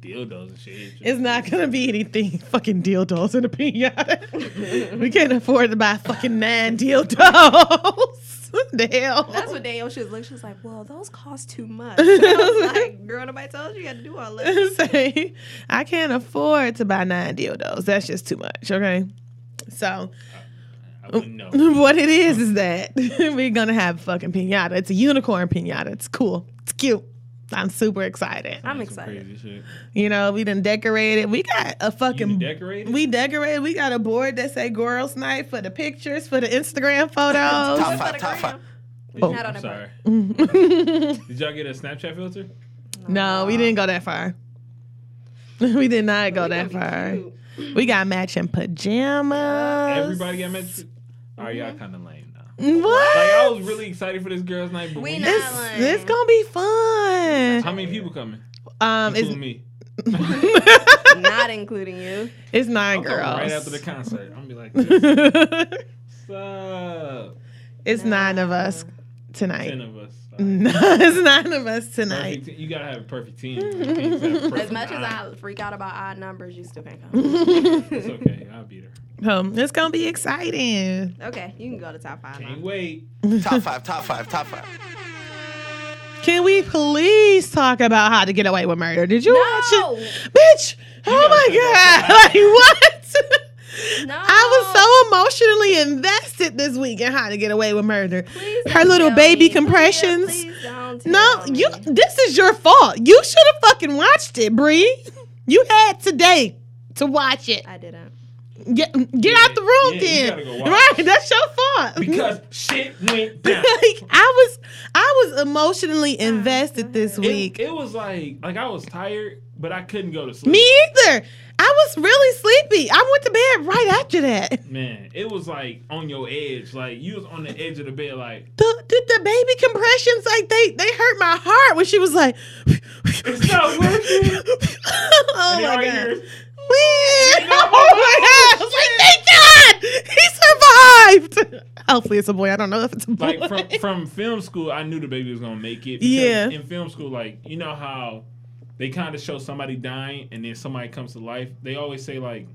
Speaker 5: Dildos and shit.
Speaker 4: it's not gonna be anything fucking dildos in a pinata. we can't afford to buy fucking nine dildos. [laughs] the hell.
Speaker 3: That's what Danielle she was like. She was like, "Well, those cost too much." I was like, "Girl, nobody told you you had to do all
Speaker 4: [laughs]
Speaker 3: that."
Speaker 4: [laughs] say, I can't afford to buy nine dildos. That's just too much, okay? So,
Speaker 5: I I
Speaker 4: [laughs]
Speaker 5: wouldn't know.
Speaker 4: what it is is that [laughs] we're gonna have fucking pinata. It's a unicorn pinata. It's cool. It's cute. I'm super excited.
Speaker 3: I'm
Speaker 5: That's some
Speaker 3: excited.
Speaker 5: Crazy shit.
Speaker 4: You know, we done decorated. We got a
Speaker 5: You
Speaker 4: fucking
Speaker 5: decorated?
Speaker 4: we decorated. We got a board that say "Girls Night" for the pictures, for the Instagram
Speaker 3: Top
Speaker 4: photos.
Speaker 3: five, top five.
Speaker 4: Oh.
Speaker 3: Not on
Speaker 5: I'm
Speaker 3: the
Speaker 5: sorry.
Speaker 4: [laughs]
Speaker 5: Did y'all get a Snapchat filter?
Speaker 4: no, we didn't go that far. [laughs] we did not go
Speaker 3: We gonna
Speaker 4: that
Speaker 3: be
Speaker 4: far.
Speaker 3: cute.
Speaker 4: We got matching pajamas.
Speaker 5: Everybody got matched. Are y'all
Speaker 4: Mm-hmm.
Speaker 5: kind of lame now? Like I
Speaker 4: What?
Speaker 5: was really excited for this girls' night, but
Speaker 3: We
Speaker 5: when
Speaker 3: not-
Speaker 5: you-
Speaker 4: It's, it's gonna be fun.
Speaker 5: how many people coming?
Speaker 4: Um,
Speaker 5: Including
Speaker 4: it's
Speaker 3: [laughs]
Speaker 4: [laughs]
Speaker 5: me.
Speaker 3: Not including you.
Speaker 4: it's 9
Speaker 5: I'm coming
Speaker 4: girls.
Speaker 5: Right after the concert, I'm gonna
Speaker 4: [laughs]
Speaker 5: be like, "What's up?"
Speaker 4: [laughs] it's nine of us tonight.
Speaker 5: Ten of us.
Speaker 4: No, [laughs] it's nine of us
Speaker 5: Perfect
Speaker 4: tonight.
Speaker 5: te- You gotta have a
Speaker 4: [laughs]
Speaker 5: perfect team. You can't just have a
Speaker 3: As
Speaker 5: perfect
Speaker 3: much as
Speaker 5: nine.
Speaker 3: I freak out about odd numbers, you still can't come.
Speaker 4: [laughs]
Speaker 3: [laughs]
Speaker 5: it's okay. I'll be there.
Speaker 4: Um, it's gonna be exciting.
Speaker 3: Okay, you can go to top five.
Speaker 5: Can't
Speaker 3: now.
Speaker 5: wait.
Speaker 4: [laughs]
Speaker 6: Top five, top five, top five.
Speaker 4: Can we please talk about how to get away with murder? Did you
Speaker 3: No!
Speaker 4: watch it, bitch? Oh my god! [laughs] Like what?
Speaker 3: [laughs] No.
Speaker 4: I was so emotionally invested this week in how to get away with murder.
Speaker 3: Please
Speaker 4: Her
Speaker 3: don't
Speaker 4: little
Speaker 3: tell
Speaker 4: baby
Speaker 3: me.
Speaker 4: compressions.
Speaker 3: Please don't tell
Speaker 4: No,
Speaker 3: me.
Speaker 4: you. This is your fault. You should have fucking watched it, Bree. You had today to watch it.
Speaker 3: I didn't.
Speaker 4: Get, get out the room,
Speaker 5: Yeah, you
Speaker 4: then.
Speaker 5: gotta go watch.
Speaker 4: right, that's your fault. [laughs]
Speaker 5: Because shit went down.
Speaker 4: like I was I was emotionally invested this
Speaker 5: It,
Speaker 4: week.
Speaker 5: it was like like I was tired, but I couldn't go to sleep.
Speaker 4: Me either. I was really sleepy. I went to bed right after that. [laughs]
Speaker 5: Man, it was like on your edge. Like you was on the edge of the bed. Like
Speaker 4: The, the, the baby compressions, like they they hurt my heart when she was like,
Speaker 5: it's not working.
Speaker 4: [laughs] oh
Speaker 5: And
Speaker 4: my
Speaker 5: right
Speaker 4: god.
Speaker 5: here-
Speaker 4: Man,
Speaker 5: got
Speaker 4: [laughs] oh my god! I was like, thank God, he survived. Hopefully, it's a boy. I don't know if it's a boy. [laughs]
Speaker 5: like from from film school, I knew the baby was gonna make it. because
Speaker 4: Yeah.
Speaker 5: In film school, like you know how they kind of show somebody dying and then somebody comes to life. They always say like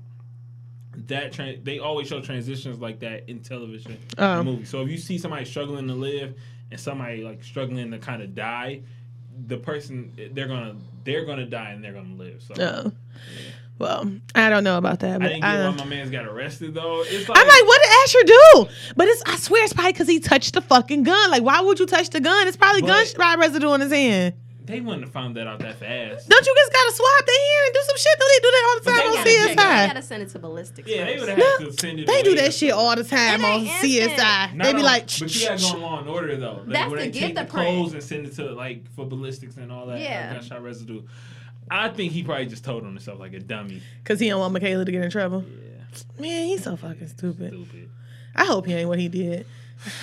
Speaker 5: that. Tra- they always show transitions like that in television
Speaker 4: Oh.
Speaker 5: and movies. So if you see somebody struggling to live and somebody like struggling to kind of die, the person they're gonna they're gonna die and they're gonna live. So
Speaker 4: Oh. Well, I don't know about that.
Speaker 5: I
Speaker 4: But
Speaker 5: didn't get
Speaker 4: I-
Speaker 5: why my man's got arrested though. It's like,
Speaker 4: I'm like, what did Asher do? But it's I swear it's probably because he touched the fucking gun. Like, why would you touch the gun? It's probably
Speaker 5: But-
Speaker 4: gunshot residue on his hand.
Speaker 5: they wouldn't have found that out that fast.
Speaker 4: Don't you just gotta swab their hair and do some shit? Don't they do that all the
Speaker 5: But
Speaker 4: time
Speaker 5: they
Speaker 4: on
Speaker 5: gotta
Speaker 3: You gotta
Speaker 4: CSI?
Speaker 3: send it to ballistics.
Speaker 5: Yeah, they
Speaker 3: first.
Speaker 5: would have had to send it.
Speaker 4: They do
Speaker 5: away or
Speaker 4: that shit all the time
Speaker 3: It ain't
Speaker 4: on
Speaker 3: instant.
Speaker 4: CSI.
Speaker 5: No,
Speaker 4: They be
Speaker 5: no,
Speaker 4: like,
Speaker 5: but you gotta go on Law and Order though. Like,
Speaker 3: That's
Speaker 5: where
Speaker 3: to
Speaker 5: they
Speaker 3: get
Speaker 5: take
Speaker 3: the
Speaker 5: the
Speaker 3: print.
Speaker 5: clothes and send it to like for ballistics and all that like,
Speaker 3: Yeah.
Speaker 5: gunshot residue. I think he probably just told on himself like a dummy.
Speaker 4: because he don't want Michaela to get in trouble.
Speaker 5: Yeah,
Speaker 4: Man, he's so fucking stupid.
Speaker 5: stupid.
Speaker 4: I hope he ain't what he did.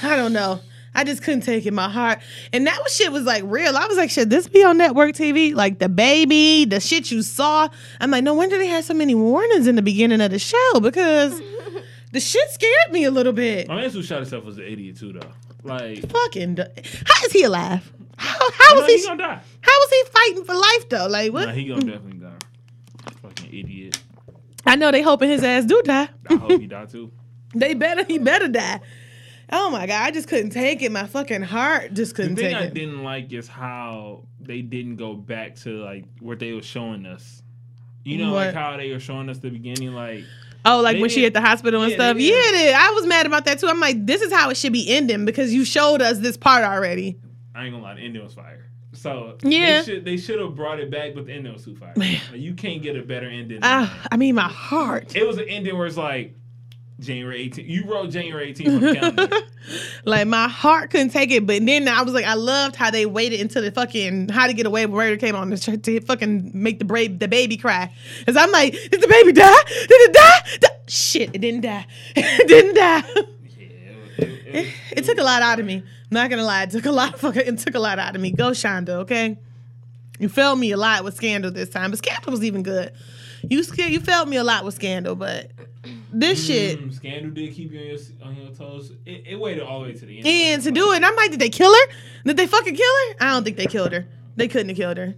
Speaker 4: I don't know. I just couldn't take it. My heart, and that was shit was like real. I was like, shit, this be on network TV? Like the baby, the shit you saw. I'm like, no wonder they had so many warnings in the beginning of the show because the shit scared me a little bit.
Speaker 5: My man who shot himself was an idiot too though. Like
Speaker 4: Fucking, d- how is he alive? How how
Speaker 5: no,
Speaker 4: was
Speaker 5: he
Speaker 4: he?
Speaker 5: gonna die.
Speaker 4: How was he fighting for life though? Like what? Mm.
Speaker 5: No, he gonna definitely die. Fucking idiot.
Speaker 4: I know they hoping his ass do die. [laughs]
Speaker 5: I hope he die too.
Speaker 4: They better, he better die. Oh my god, I just couldn't take it. My fucking heart just
Speaker 5: The
Speaker 4: couldn't
Speaker 5: thing
Speaker 4: take
Speaker 5: I
Speaker 4: it.
Speaker 5: didn't like is how they didn't go back to like what they were showing us. You know,
Speaker 4: What?
Speaker 5: like how they were showing us the beginning, like
Speaker 4: Oh, like
Speaker 5: They
Speaker 4: when she
Speaker 5: did-
Speaker 4: at the hospital and
Speaker 5: yeah, they
Speaker 4: stuff.
Speaker 5: did.
Speaker 4: Yeah, it is. I was mad about that too. I'm like, this is how it should be ending because you showed us this part already.
Speaker 5: I ain't gonna lie, the ending was fire. So
Speaker 4: Yeah.
Speaker 5: they should they should have brought it back, but the ending was too fire. Like, you can't get a better ending. than
Speaker 4: Ah,
Speaker 5: that.
Speaker 4: I mean, my heart.
Speaker 5: It was an ending where it's like January 18th. You wrote January 18th on the calendar.
Speaker 4: [laughs] Like my heart couldn't take it. But then I was like, I loved how they waited until the fucking How to Get Away with Murder came on the tr- to fucking make the brave the baby cry. Cause I'm like, did the baby die? Did it die? Di- Shit, it didn't die. [laughs] it didn't die.
Speaker 5: yeah, it, was- it- it was-
Speaker 4: It took a lot out of me. Not gonna lie, it took a lot. Fucking, it took a lot out of me. Go Shonda, okay? You failed me a lot with Scandal this time, but Scandal was even good. You sca- you failed me a lot with Scandal, but this [laughs] shit
Speaker 5: Mm, Scandal did keep you on your s- on your toes. It, it waited all the way to the end.
Speaker 4: and to do it, and I'm like, did they kill her? Did they fucking kill her? I don't think they killed her. They couldn't have killed her.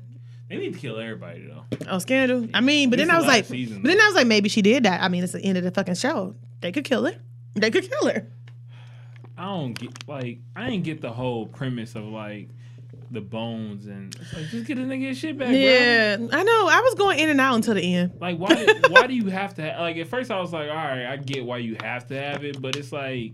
Speaker 5: They need to kill everybody though.
Speaker 4: Oh, Scandal. I mean, but
Speaker 5: This
Speaker 4: then I
Speaker 5: the
Speaker 4: was
Speaker 5: last
Speaker 4: like,
Speaker 5: season,
Speaker 4: but then I was like, maybe she did that. I mean, it's the end of the fucking show. They could kill her. They could kill her.
Speaker 5: I don't get like I didn't get the whole premise of like the bones and it's like, just get a nigga his shit back, bro.
Speaker 4: Yeah, I know. I was going in and out until the end.
Speaker 5: Like why why do [laughs] you have to ha- like at first I was like, all right, I get why you have to have it, but it's like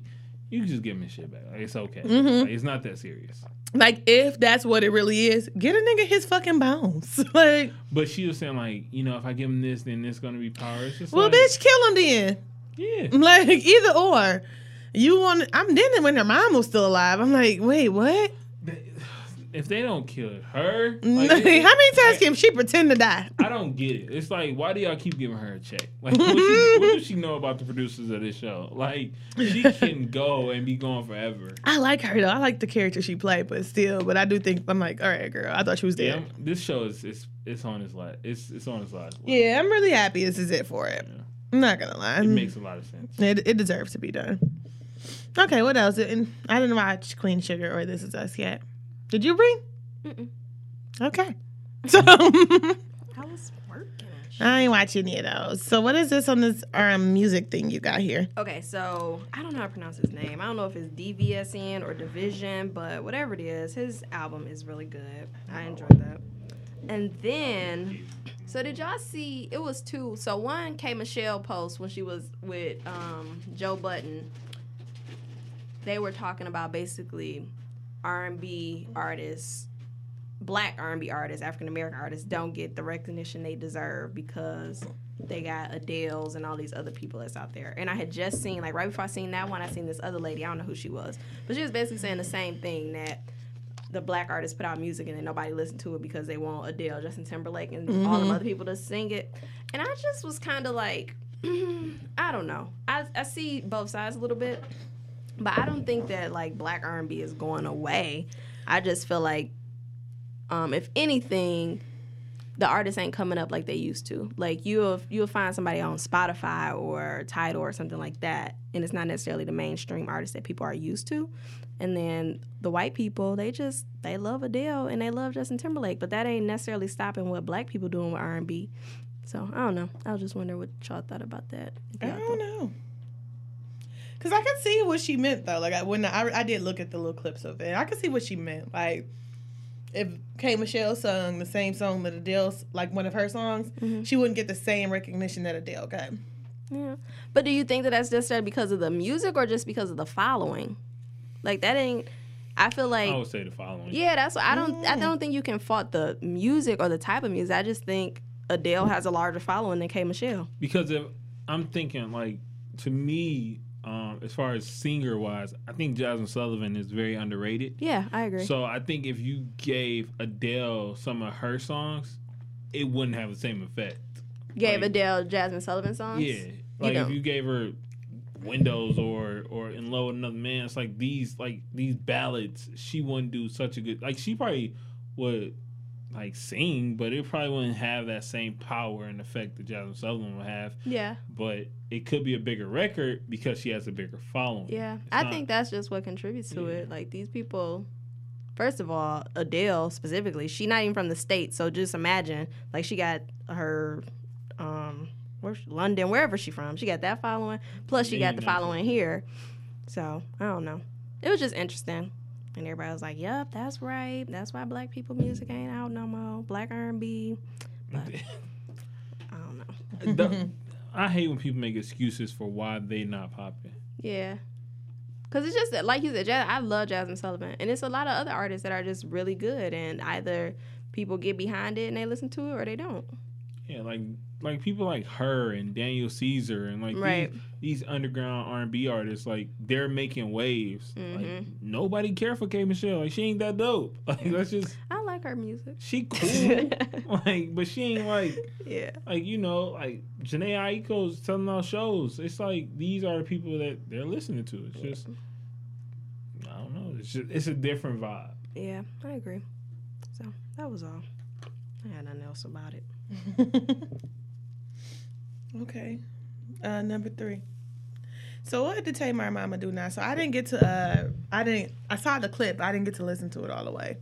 Speaker 5: you can just give him his shit back. Like, it's okay.
Speaker 4: Mm-hmm.
Speaker 5: Like, it's not that serious.
Speaker 4: Like, if that's what it really is, get a nigga his fucking bones. [laughs] like,
Speaker 5: But she was saying like, you know, if I give him this, then it's gonna be power. It's just
Speaker 4: well,
Speaker 5: like,
Speaker 4: bitch, mm-hmm. kill him then. [laughs]
Speaker 5: yeah.
Speaker 4: Like, either or. You want? I'm then when her mom was still alive. I'm like, wait, what?
Speaker 5: If they don't kill
Speaker 4: [laughs]
Speaker 5: her,
Speaker 4: Like, How
Speaker 5: like,
Speaker 4: many times can she pretend to die?
Speaker 5: I don't get it. It's like, why do y'all keep giving her a check? [laughs] Like, what, she, what does she know about the producers of this show? Like, she
Speaker 4: [laughs]
Speaker 5: can go and be gone forever.
Speaker 4: I like her though. I like the character she played, but still, but I do think I'm like, all right, girl. I thought she was
Speaker 5: Yeah,
Speaker 4: dead.
Speaker 5: I'm- this show is it's it's on its last. It's it's on its last. leg.
Speaker 4: Yeah, Mm-hmm. I'm really happy. This is it for it. I'm not gonna lie.
Speaker 5: it makes a lot of sense.
Speaker 4: It, it deserves to be done. Okay, what else? And I didn't watch Queen Sugar or This Is Us yet. Did you bring? Okay. [laughs] So
Speaker 3: I was working.
Speaker 4: I ain't watch any of those. So what is this on this um, music thing you got here?
Speaker 3: Okay, so I don't know how to pronounce his name. I don't know if it's DVSN or Division, but whatever it is, his album is really good. I enjoyed that. And then, so did y'all see? It was two. So one K Michelle post when she was with um, Joe Button. They were talking about basically R and B artists, black R and B artists, African American artists don't get the recognition they deserve because they got Adele's and all these other people that's out there. And I had just seen, like, right before I seen that one, I seen this other lady. I don't know who she was, but she was basically saying the same thing that the black artists put out music and then nobody listened to it because they want Adele, Justin Timberlake, and all them other people to sing it. And I just was kind of like, [clears throat] I don't know. I, I see both sides a little bit, but I don't think that like black R&B is going away. I just feel like, um, if anything, the artists ain't coming up like they used to. Like you'll you'll find somebody on Spotify or Tidal or something like that, and it's not necessarily the mainstream artists that people are used to. And then the white people, they just they love Adele and they love Justin Timberlake, but that ain't necessarily stopping what black people doing with R and B. So I don't know. I was just wondering what y'all thought about that. If
Speaker 4: I
Speaker 3: y'all
Speaker 4: don't
Speaker 3: thought-
Speaker 4: know. Cause I could see what she meant though. Like I when I, I did look at the little clips of it, I could see what she meant. Like if K Michelle sung the same song that Adele, like one of her songs, she wouldn't get the same recognition that Adele got.
Speaker 3: Yeah. But do you think that that's necessarily because of the music or just because of the following? Like that ain't. I feel like
Speaker 5: I would say the following.
Speaker 3: Yeah, that's what I don't. I don't think you can fault the music or the type of music. I just think Adele has a larger following than K Michelle.
Speaker 5: because if I'm thinking like to me, um, as far as singer wise, I think Jasmine Sullivan is very underrated.
Speaker 3: Yeah, I agree.
Speaker 5: So I think if you gave Adele some of her songs, it wouldn't have the same effect.
Speaker 3: Gave
Speaker 5: like-
Speaker 3: Adele Jasmine Sullivan songs.
Speaker 5: Yeah, like if
Speaker 3: don't.
Speaker 5: you gave her Windows or or In Love with Another Man, it's like these like these ballads. She wouldn't do such a good like. She probably would like sing, but it probably wouldn't have that same power and effect that Jasmine Sullivan would have.
Speaker 3: Yeah,
Speaker 5: but it could be a bigger record because she has a bigger following.
Speaker 3: yeah.
Speaker 5: It's
Speaker 3: I
Speaker 5: not-
Speaker 3: think that's just what contributes to
Speaker 5: Yeah.
Speaker 3: it. Like these people. First of all, Adele specifically, she not even from the states. So just imagine, like she got her, um, where she- London, wherever she from, she got that following. Plus she
Speaker 5: Yeah,
Speaker 3: got the
Speaker 5: you know, so-
Speaker 3: following here. So I don't know. It was just interesting. And everybody was like, "Yep, that's right. That's why black people music ain't out no more. Black
Speaker 5: [laughs]
Speaker 3: R&B." But I don't know.
Speaker 5: The- I hate when people make excuses for why they not popping.
Speaker 3: Yeah. Cause it's just that, like you said, Jaz- I love Jasmine Sullivan, and it's a lot of other artists that are just really good, and either people get behind it and they listen to it, or they don't.
Speaker 5: Yeah, like like people like her and Daniel Caesar and like
Speaker 3: Right.
Speaker 5: these, these underground R and B artists, like they're making waves. Like
Speaker 3: Mm-hmm.
Speaker 5: nobody care for K Michelle. Like she ain't that dope. [laughs] Like that's just
Speaker 3: I like her [laughs]
Speaker 5: [laughs]
Speaker 3: music.
Speaker 5: she cool. like but she ain't like
Speaker 3: Yeah.
Speaker 5: like you know like Janae Aiko's telling out shows. It's like these are the people that they're listening to. It's just I don't know. It's just it's a different vibe.
Speaker 3: Yeah, I agree. So that was all. I had nothing else about it.
Speaker 4: [laughs] Okay. Uh, number three. So what did Tamar Mama do now? So I didn't get to. Uh, I didn't. I saw the clip. but I didn't get to listen to it all the way.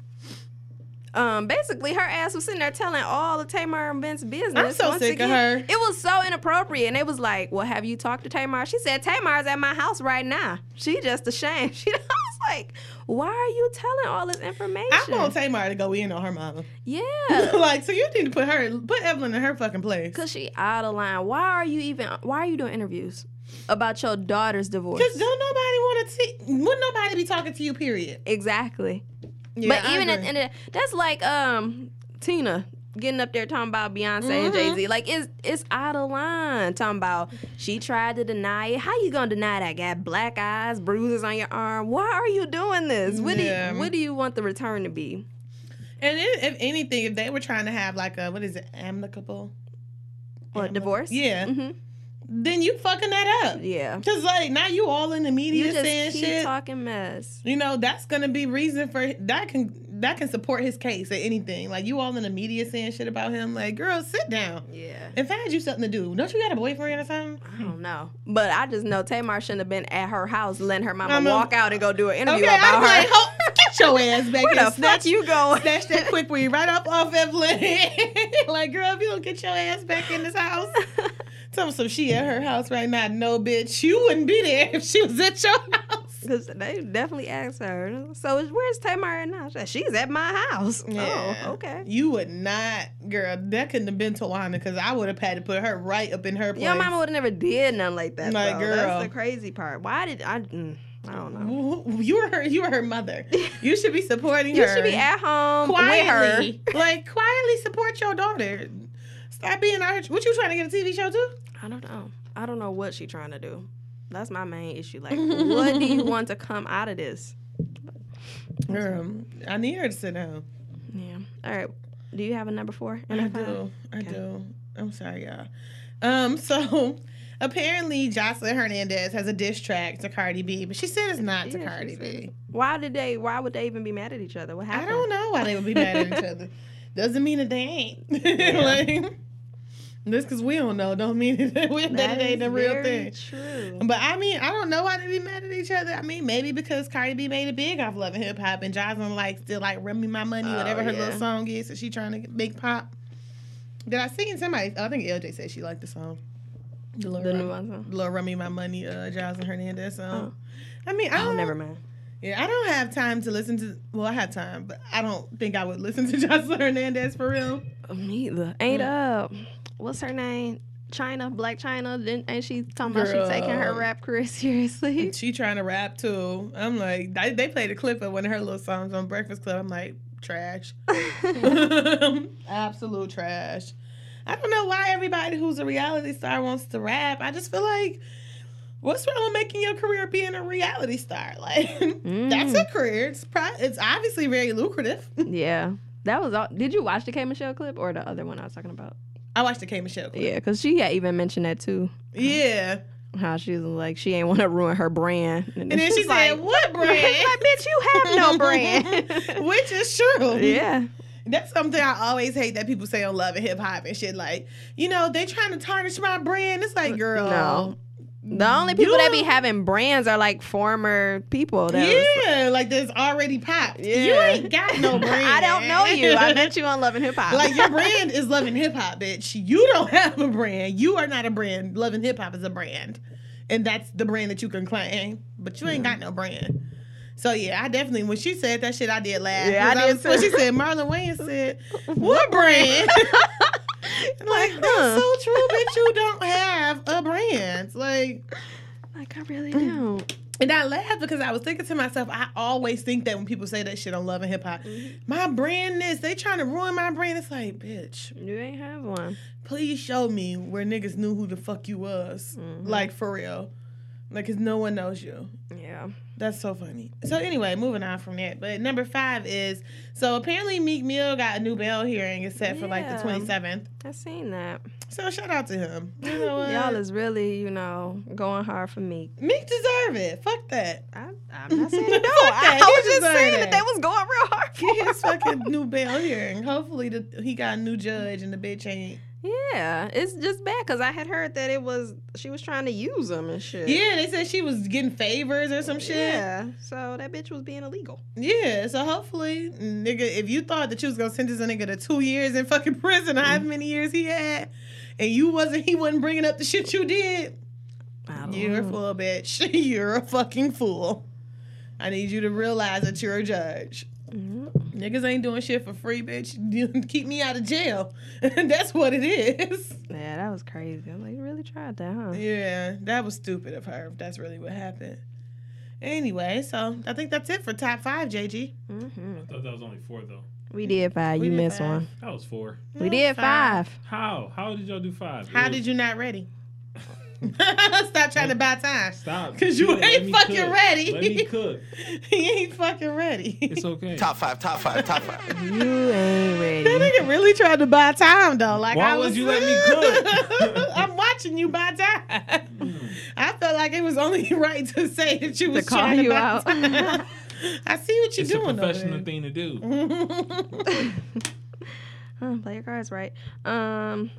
Speaker 3: um, basically her ass was sitting there telling all of Tamar and Ben's business.
Speaker 4: I'm so
Speaker 3: Once
Speaker 4: sick of her.
Speaker 3: It was so inappropriate. And it was like, Well, have you talked to Tamar? She said, Tamar's at my house right now. She just ashamed. [laughs] She I was like, why are you telling all this information?
Speaker 4: I want Tamar to go in on her mama.
Speaker 3: yeah.
Speaker 4: [laughs]
Speaker 3: [laughs]
Speaker 4: like, so you need to put her, put Evelyn in her fucking place.
Speaker 3: Oh. Cause she out of line. Why are you even? Why are you doing interviews about your daughter's divorce?
Speaker 4: Cause don't nobody want to see. Would nobody be talking to you? Period.
Speaker 3: Exactly.
Speaker 4: Yeah,
Speaker 3: but
Speaker 4: I
Speaker 3: even at
Speaker 4: agree.
Speaker 3: the end of the, that's like um Tina getting up there talking about Beyonce
Speaker 4: Mm-hmm.
Speaker 3: and Jay Z. Like it's it's out of line talking about she tried to deny it. How you gonna deny that? Got black eyes, bruises on your arm. Why are you doing this? What
Speaker 4: Yeah.
Speaker 3: do you, what do you want the return to be?
Speaker 4: and if, if anything, if they were trying to have like a what is it, amicable?
Speaker 3: What divorce?
Speaker 4: Yeah.
Speaker 3: Mhm.
Speaker 4: Then you fucking that up.
Speaker 3: Yeah.
Speaker 4: Cause like now you all in the media
Speaker 3: You
Speaker 4: saying
Speaker 3: just keep
Speaker 4: shit.
Speaker 3: talking mess.
Speaker 4: you know that's gonna be reason for that can that can support his case or anything. Like you all in the media saying shit about him. Like girl, sit down
Speaker 3: Yeah.
Speaker 4: and find you something to do. Don't you got a boyfriend or something?
Speaker 3: I don't know. But I just know Tamar shouldn't have been at her house letting her mama
Speaker 4: Mama-
Speaker 3: walk out and go do an interview
Speaker 4: Okay, I'm
Speaker 3: about her. [laughs]
Speaker 4: like, ho- get your ass back
Speaker 3: Where
Speaker 4: and
Speaker 3: the
Speaker 4: snatch
Speaker 3: fuck you going?
Speaker 4: snatch that quick weed right up off Evelyn. [laughs] like, girl, if you don't get your ass back in
Speaker 3: [laughs]
Speaker 4: this house. Tell me some she at her house right now. No, bitch, you wouldn't be there if she was at your house.
Speaker 3: Because they definitely asked her. So is- where's Tamar at now? She said, She's at my house.
Speaker 4: Yeah.
Speaker 3: Oh, okay.
Speaker 4: You would not, girl. That couldn't have been Tawana because I would have had to put her right up in her place.
Speaker 3: Your mama would have never did nothing like that.
Speaker 4: My
Speaker 3: though.
Speaker 4: girl.
Speaker 3: That's the crazy part. Why did I? mm, I don't know.
Speaker 4: you were her. You were her mother. You should be supporting
Speaker 3: You
Speaker 4: her.
Speaker 3: should be at home with
Speaker 4: quietly, like quietly support your daughter. Stop being out. here- What you trying to get a TV show too?
Speaker 3: her. I don't know. I don't know what she's trying to do. That's my main issue.
Speaker 4: [laughs]
Speaker 3: Like, what do you want to come out of this?
Speaker 4: Girl, I need her to sit down.
Speaker 3: Yeah. All right. Do you have a number four? and
Speaker 4: I
Speaker 3: a five?
Speaker 4: do. I
Speaker 3: Okay.
Speaker 4: do. I'm sorry, y'all. Um, so [laughs] apparently Jocelyn Hernandez has a diss track to Cardi B, but she said it's not to
Speaker 3: Yeah, she
Speaker 4: Cardi
Speaker 3: said
Speaker 4: B.
Speaker 3: Why did they? Why would they even be mad at each other? What
Speaker 4: I
Speaker 3: happened?
Speaker 4: don't know why they would be mad at
Speaker 3: [laughs]
Speaker 4: each other. Doesn't mean that they ain't. [laughs] like just cause we don't know don't mean [laughs] that, we, that
Speaker 3: That
Speaker 4: it ain't
Speaker 3: is
Speaker 4: the real
Speaker 3: very
Speaker 4: thing.
Speaker 3: True.
Speaker 4: But I mean, I don't know why they be mad at each other. I mean, maybe because Cardi B made it big off Love and Hip Hop, and Jocelyn like still like run me my money,
Speaker 3: Oh,
Speaker 4: whatever her little
Speaker 3: yeah.
Speaker 4: song is that she trying to make pop. Did I seen somebody? I think LJ said she liked the song.
Speaker 3: The
Speaker 4: The little,
Speaker 3: new
Speaker 4: run,
Speaker 3: one.
Speaker 4: little run me my money, uh, Jocelyn Hernandez song. I mean, I
Speaker 3: Oh,
Speaker 4: don't.
Speaker 3: never mind.
Speaker 4: Yeah, I don't have time to listen to. Well, I have time, but I don't think I would listen to [laughs] Jocelyn Hernandez for real.
Speaker 3: Neither. Ain't
Speaker 4: Mm.
Speaker 3: up. What's her name? China, Black China. Didn't, ain't she talking about she taking her
Speaker 4: Girl.
Speaker 3: rap career [laughs] seriously?
Speaker 4: She trying to rap too. I'm like, they, they played a clip of one of her little songs on Breakfast Club. I'm like,
Speaker 3: [laughs]
Speaker 4: trash. [laughs] Absolute trash. I don't know why everybody who's a reality star wants to rap. I just feel like, what's wrong with making your career being a reality star? [laughs] Like, that's
Speaker 3: Mm.
Speaker 4: a career. It's pro- it's obviously very lucrative.
Speaker 3: yeah. That was all. Did you watch the K Michelle clip or the other one I was talking about?
Speaker 4: I watched the K Michelle. clip.
Speaker 3: Yeah, because she had even mentioned that too.
Speaker 4: Yeah.
Speaker 3: How she was like, she ain't want to ruin her brand.
Speaker 4: And then she
Speaker 3: she's like, [laughs]
Speaker 4: said, "What brand?"
Speaker 3: like, bitch, you have
Speaker 4: [laughs]
Speaker 3: no brand.
Speaker 4: Which is true.
Speaker 3: yeah.
Speaker 4: That's something I always hate that people say on love and hip hop and shit. Like, you know, they trying to tarnish my brand. It's like, girl,
Speaker 3: No. The only people that be
Speaker 4: You-
Speaker 3: having brands are like former people. That was-
Speaker 4: yeah, like there's already popped. You
Speaker 3: Yeah.
Speaker 4: ain't got no
Speaker 3: [laughs]
Speaker 4: brand.
Speaker 3: I don't know you.
Speaker 4: [laughs]
Speaker 3: I met you on Love and Hip Hop.
Speaker 4: like your brand is loving hip hop, bitch. You don't [laughs] have a brand. You are not a brand. Loving hip hop is a brand, and that's the brand that you can claim. But you ain't
Speaker 3: Mm.
Speaker 4: got no brand. So yeah, I definitely when she said that shit, I did laugh.
Speaker 3: Yeah, I
Speaker 4: 'Cause
Speaker 3: did
Speaker 4: was- When
Speaker 3: too.
Speaker 4: she said Marlon
Speaker 3: [laughs]
Speaker 4: Wayans said, "What brand?" I'm [laughs] like that's
Speaker 3: huh.
Speaker 4: so true, bitch. You don't have a brand. Like,
Speaker 3: Like I really don't.
Speaker 4: and I laughed because I was thinking to myself, I always think that when people say that shit on Love and Hip Hop,
Speaker 3: Mm-hmm.
Speaker 4: my brand is they trying to ruin my brand. It's like, bitch,
Speaker 3: You ain't have one.
Speaker 4: please show me where niggas knew who the fuck you was.
Speaker 3: Mm-hmm.
Speaker 4: Like for real. Like, cause no one knows you.
Speaker 3: Yeah.
Speaker 4: That's so funny. So anyway, moving on from that. But number five is so apparently Meek Mill got a new bail hearing is set for like the
Speaker 3: Yeah.
Speaker 4: twenty seventh.
Speaker 3: I seen that.
Speaker 4: So shout out to him. You know what?
Speaker 3: Y'all is really, you know, going hard for me.
Speaker 4: Meek deserve it. Fuck that.
Speaker 3: I, I'm not
Speaker 4: [laughs]
Speaker 3: saying no.
Speaker 4: Fuck that.
Speaker 3: I,
Speaker 4: He
Speaker 3: was just
Speaker 4: deserved
Speaker 3: saying
Speaker 4: it.
Speaker 3: that they was going real
Speaker 4: [laughs]
Speaker 3: hard for
Speaker 4: Get his
Speaker 3: him.
Speaker 4: fucking new bail hearing. Hopefully the, he got a new judge and the bitch ain't.
Speaker 3: [laughs] Yeah, it's just bad because I had heard that it was she was trying to use them and shit.
Speaker 4: Yeah, they said she was getting favors or some shit.
Speaker 3: Yeah. So that bitch was being illegal.
Speaker 4: Yeah, so hopefully, nigga, if you thought that you was gonna sentence a nigga to two years in fucking prison, or however
Speaker 3: Mm-hmm.
Speaker 4: many years he had, and you wasn't, he wasn't bringing up the shit you did.
Speaker 3: I don't
Speaker 4: You're a
Speaker 3: know.
Speaker 4: [laughs] fool, bitch. You're a fucking fool. I need you to realize that you're a judge. Mm-hmm. Niggas ain't doing shit for free, bitch. [laughs] Keep me out of jail. [laughs] That's what it is.
Speaker 3: Yeah, that was crazy. I'm like, you really tried that, huh?
Speaker 4: Yeah, that was stupid of her. If that's really what happened. Anyway, so I think that's it for top five, JG.
Speaker 3: hmm
Speaker 5: I thought that was only four though.
Speaker 3: We did five.
Speaker 4: We
Speaker 3: you
Speaker 4: did
Speaker 3: missed
Speaker 4: five.
Speaker 3: one.
Speaker 5: That was four.
Speaker 3: We did five.
Speaker 5: How? How did y'all do five?
Speaker 4: How did you not ready? [laughs] Stop trying to buy time.
Speaker 5: Stop.
Speaker 4: [laughs] 'Cause you
Speaker 5: Shit, let
Speaker 4: ain't
Speaker 5: me
Speaker 4: fucking
Speaker 5: cook.
Speaker 4: ready.
Speaker 5: Let me cook.
Speaker 4: [laughs] he ain't fucking ready. [laughs]
Speaker 5: It's okay.
Speaker 6: Top five, top five, top five.
Speaker 3: You ain't
Speaker 4: [laughs] That
Speaker 3: ready.
Speaker 4: nigga really tried to buy time though. Like
Speaker 5: Why
Speaker 4: I
Speaker 5: would
Speaker 4: was,
Speaker 5: you
Speaker 4: [laughs]
Speaker 5: let me cook? Hmm.
Speaker 4: I'm watching you buy time. I felt like it was only [laughs] right to say that you was
Speaker 3: call
Speaker 4: trying
Speaker 3: you
Speaker 4: to buy
Speaker 3: out.
Speaker 4: time. [laughs] I see what you're
Speaker 5: It's a
Speaker 4: doing over
Speaker 5: professional thing to
Speaker 4: [laughs]
Speaker 5: do.
Speaker 4: there.
Speaker 3: Huh, Mm, play your cards right. Um,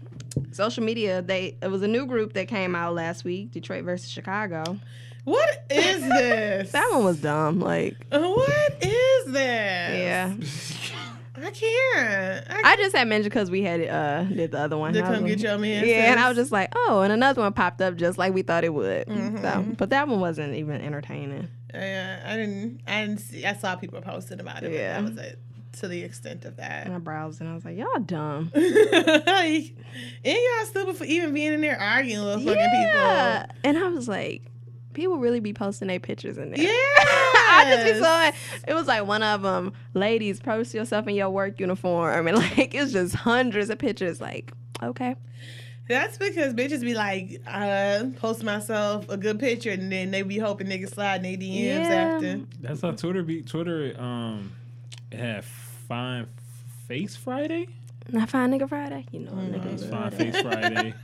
Speaker 3: social media. They it was a new group that came out last week. Detroit versus Chicago.
Speaker 4: what
Speaker 3: [laughs]
Speaker 4: is this?
Speaker 3: That one was dumb. Like,
Speaker 4: What is this? Yeah.
Speaker 3: yeah.
Speaker 4: I can't. I,
Speaker 3: I just had mentioned because we had uh did the other one.
Speaker 4: To
Speaker 3: I was
Speaker 4: come
Speaker 3: like-
Speaker 4: get your man,
Speaker 3: Yeah, and I
Speaker 4: sis.
Speaker 3: was just like, oh, and another one popped up just like we thought it would.
Speaker 4: Mm-hmm.
Speaker 3: So, but that one wasn't even entertaining.
Speaker 4: yeah, I didn't. I didn't see. I saw people posting about it.
Speaker 3: Yeah.
Speaker 4: But that was it. To the extent of that.
Speaker 3: And I browsed and I was like, y'all dumb. Mm.
Speaker 4: [laughs] like, and y'all stupid for even being in there arguing with fucking
Speaker 3: yeah. And I was like, people really be posting their pictures in there.
Speaker 4: people. Yeah.
Speaker 3: [laughs] I just be so it was like one of them, ladies, post yourself in your work uniform, [laughs] and like it's just hundreds of pictures. Like, okay,
Speaker 4: That's because bitches be like, uh, post myself a good picture, and then they be hoping niggas slide in their DMs
Speaker 3: Yeah.
Speaker 4: after.
Speaker 5: That's how Twitter be. Twitter um had Fine Face Friday.
Speaker 3: not fine nigga Friday. You know,
Speaker 5: Uh, it
Speaker 3: nigga
Speaker 5: was Fine
Speaker 3: Friday.
Speaker 5: Face Friday.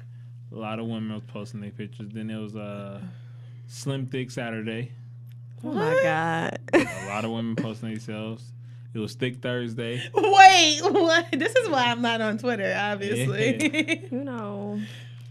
Speaker 5: A lot of women was posting their pictures. Then it was uh Slim Thick Saturday.
Speaker 3: Oh my god. [laughs]
Speaker 5: A lot of women posting themselves. It was Thick
Speaker 4: [laughs]
Speaker 5: Thursday.
Speaker 4: Wait, what? This is why I'm not on Twitter, obviously.
Speaker 3: you know,
Speaker 4: [laughs]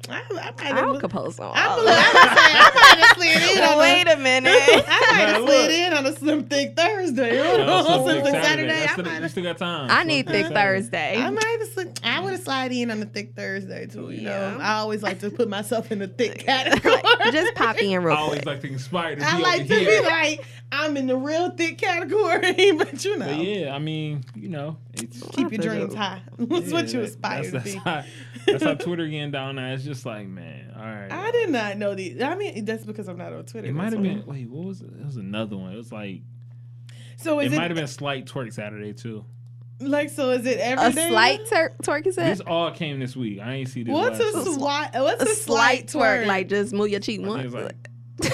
Speaker 4: I, I might
Speaker 3: I'll
Speaker 4: have.
Speaker 3: compose on.
Speaker 4: I'm,
Speaker 3: all
Speaker 4: look,
Speaker 3: of them.
Speaker 4: I'm gonna say, I might have
Speaker 3: [laughs]
Speaker 4: slid in on
Speaker 3: Wait
Speaker 4: a,
Speaker 3: a
Speaker 4: [laughs]
Speaker 3: minute.
Speaker 4: I might
Speaker 5: Now
Speaker 4: have
Speaker 5: look.
Speaker 4: slid in on a slim thick Thursday.
Speaker 5: You
Speaker 4: Hold
Speaker 5: know,
Speaker 4: on,
Speaker 5: Slim
Speaker 4: slim
Speaker 5: Thick
Speaker 4: thick
Speaker 5: Saturday.
Speaker 4: Saturday.
Speaker 5: I
Speaker 4: I
Speaker 5: still-
Speaker 4: might
Speaker 5: You
Speaker 4: have.
Speaker 5: still got time.
Speaker 3: I
Speaker 5: Slim
Speaker 3: need
Speaker 5: Thick
Speaker 3: Thick Thursday.
Speaker 4: I might have slid, I would have slid in on a thick Thursday too. You
Speaker 3: Yeah.
Speaker 4: know, I always like to put myself in the
Speaker 5: [laughs]
Speaker 4: thick category. [laughs]
Speaker 3: Like, just pop in
Speaker 5: I
Speaker 3: real
Speaker 5: always
Speaker 3: quick.
Speaker 5: like to inspire to be
Speaker 4: I
Speaker 5: over
Speaker 4: like to
Speaker 5: here.
Speaker 4: be like, I'm in the real thick category, [laughs] but you know,
Speaker 5: But yeah, I mean, you know, it's
Speaker 4: keep your dreams
Speaker 3: Yeah,
Speaker 4: high. [laughs] That's what you
Speaker 5: yeah,
Speaker 4: aspire
Speaker 5: that's,
Speaker 4: to
Speaker 5: that's
Speaker 4: be.
Speaker 5: How, that's how Twitter getting down now. It's just like, man, all right.
Speaker 4: I did not know these. I mean, that's because I'm not on Twitter.
Speaker 5: It might
Speaker 4: that's
Speaker 5: have
Speaker 4: why.
Speaker 5: been. Wait, what was it? It was another one. It was like
Speaker 4: So
Speaker 5: it,
Speaker 4: is
Speaker 5: might have
Speaker 4: it,
Speaker 5: been slight twerk Saturday too.
Speaker 4: like so? Is it every
Speaker 3: a
Speaker 4: day?
Speaker 3: slight tur- twerk is
Speaker 5: These
Speaker 3: that?
Speaker 5: all came this week. I ain't see this.
Speaker 4: What's a
Speaker 5: last week.
Speaker 4: slight? What's
Speaker 3: A slight twerk, like just move your cheek
Speaker 5: I think
Speaker 3: once. [laughs]
Speaker 5: it's like-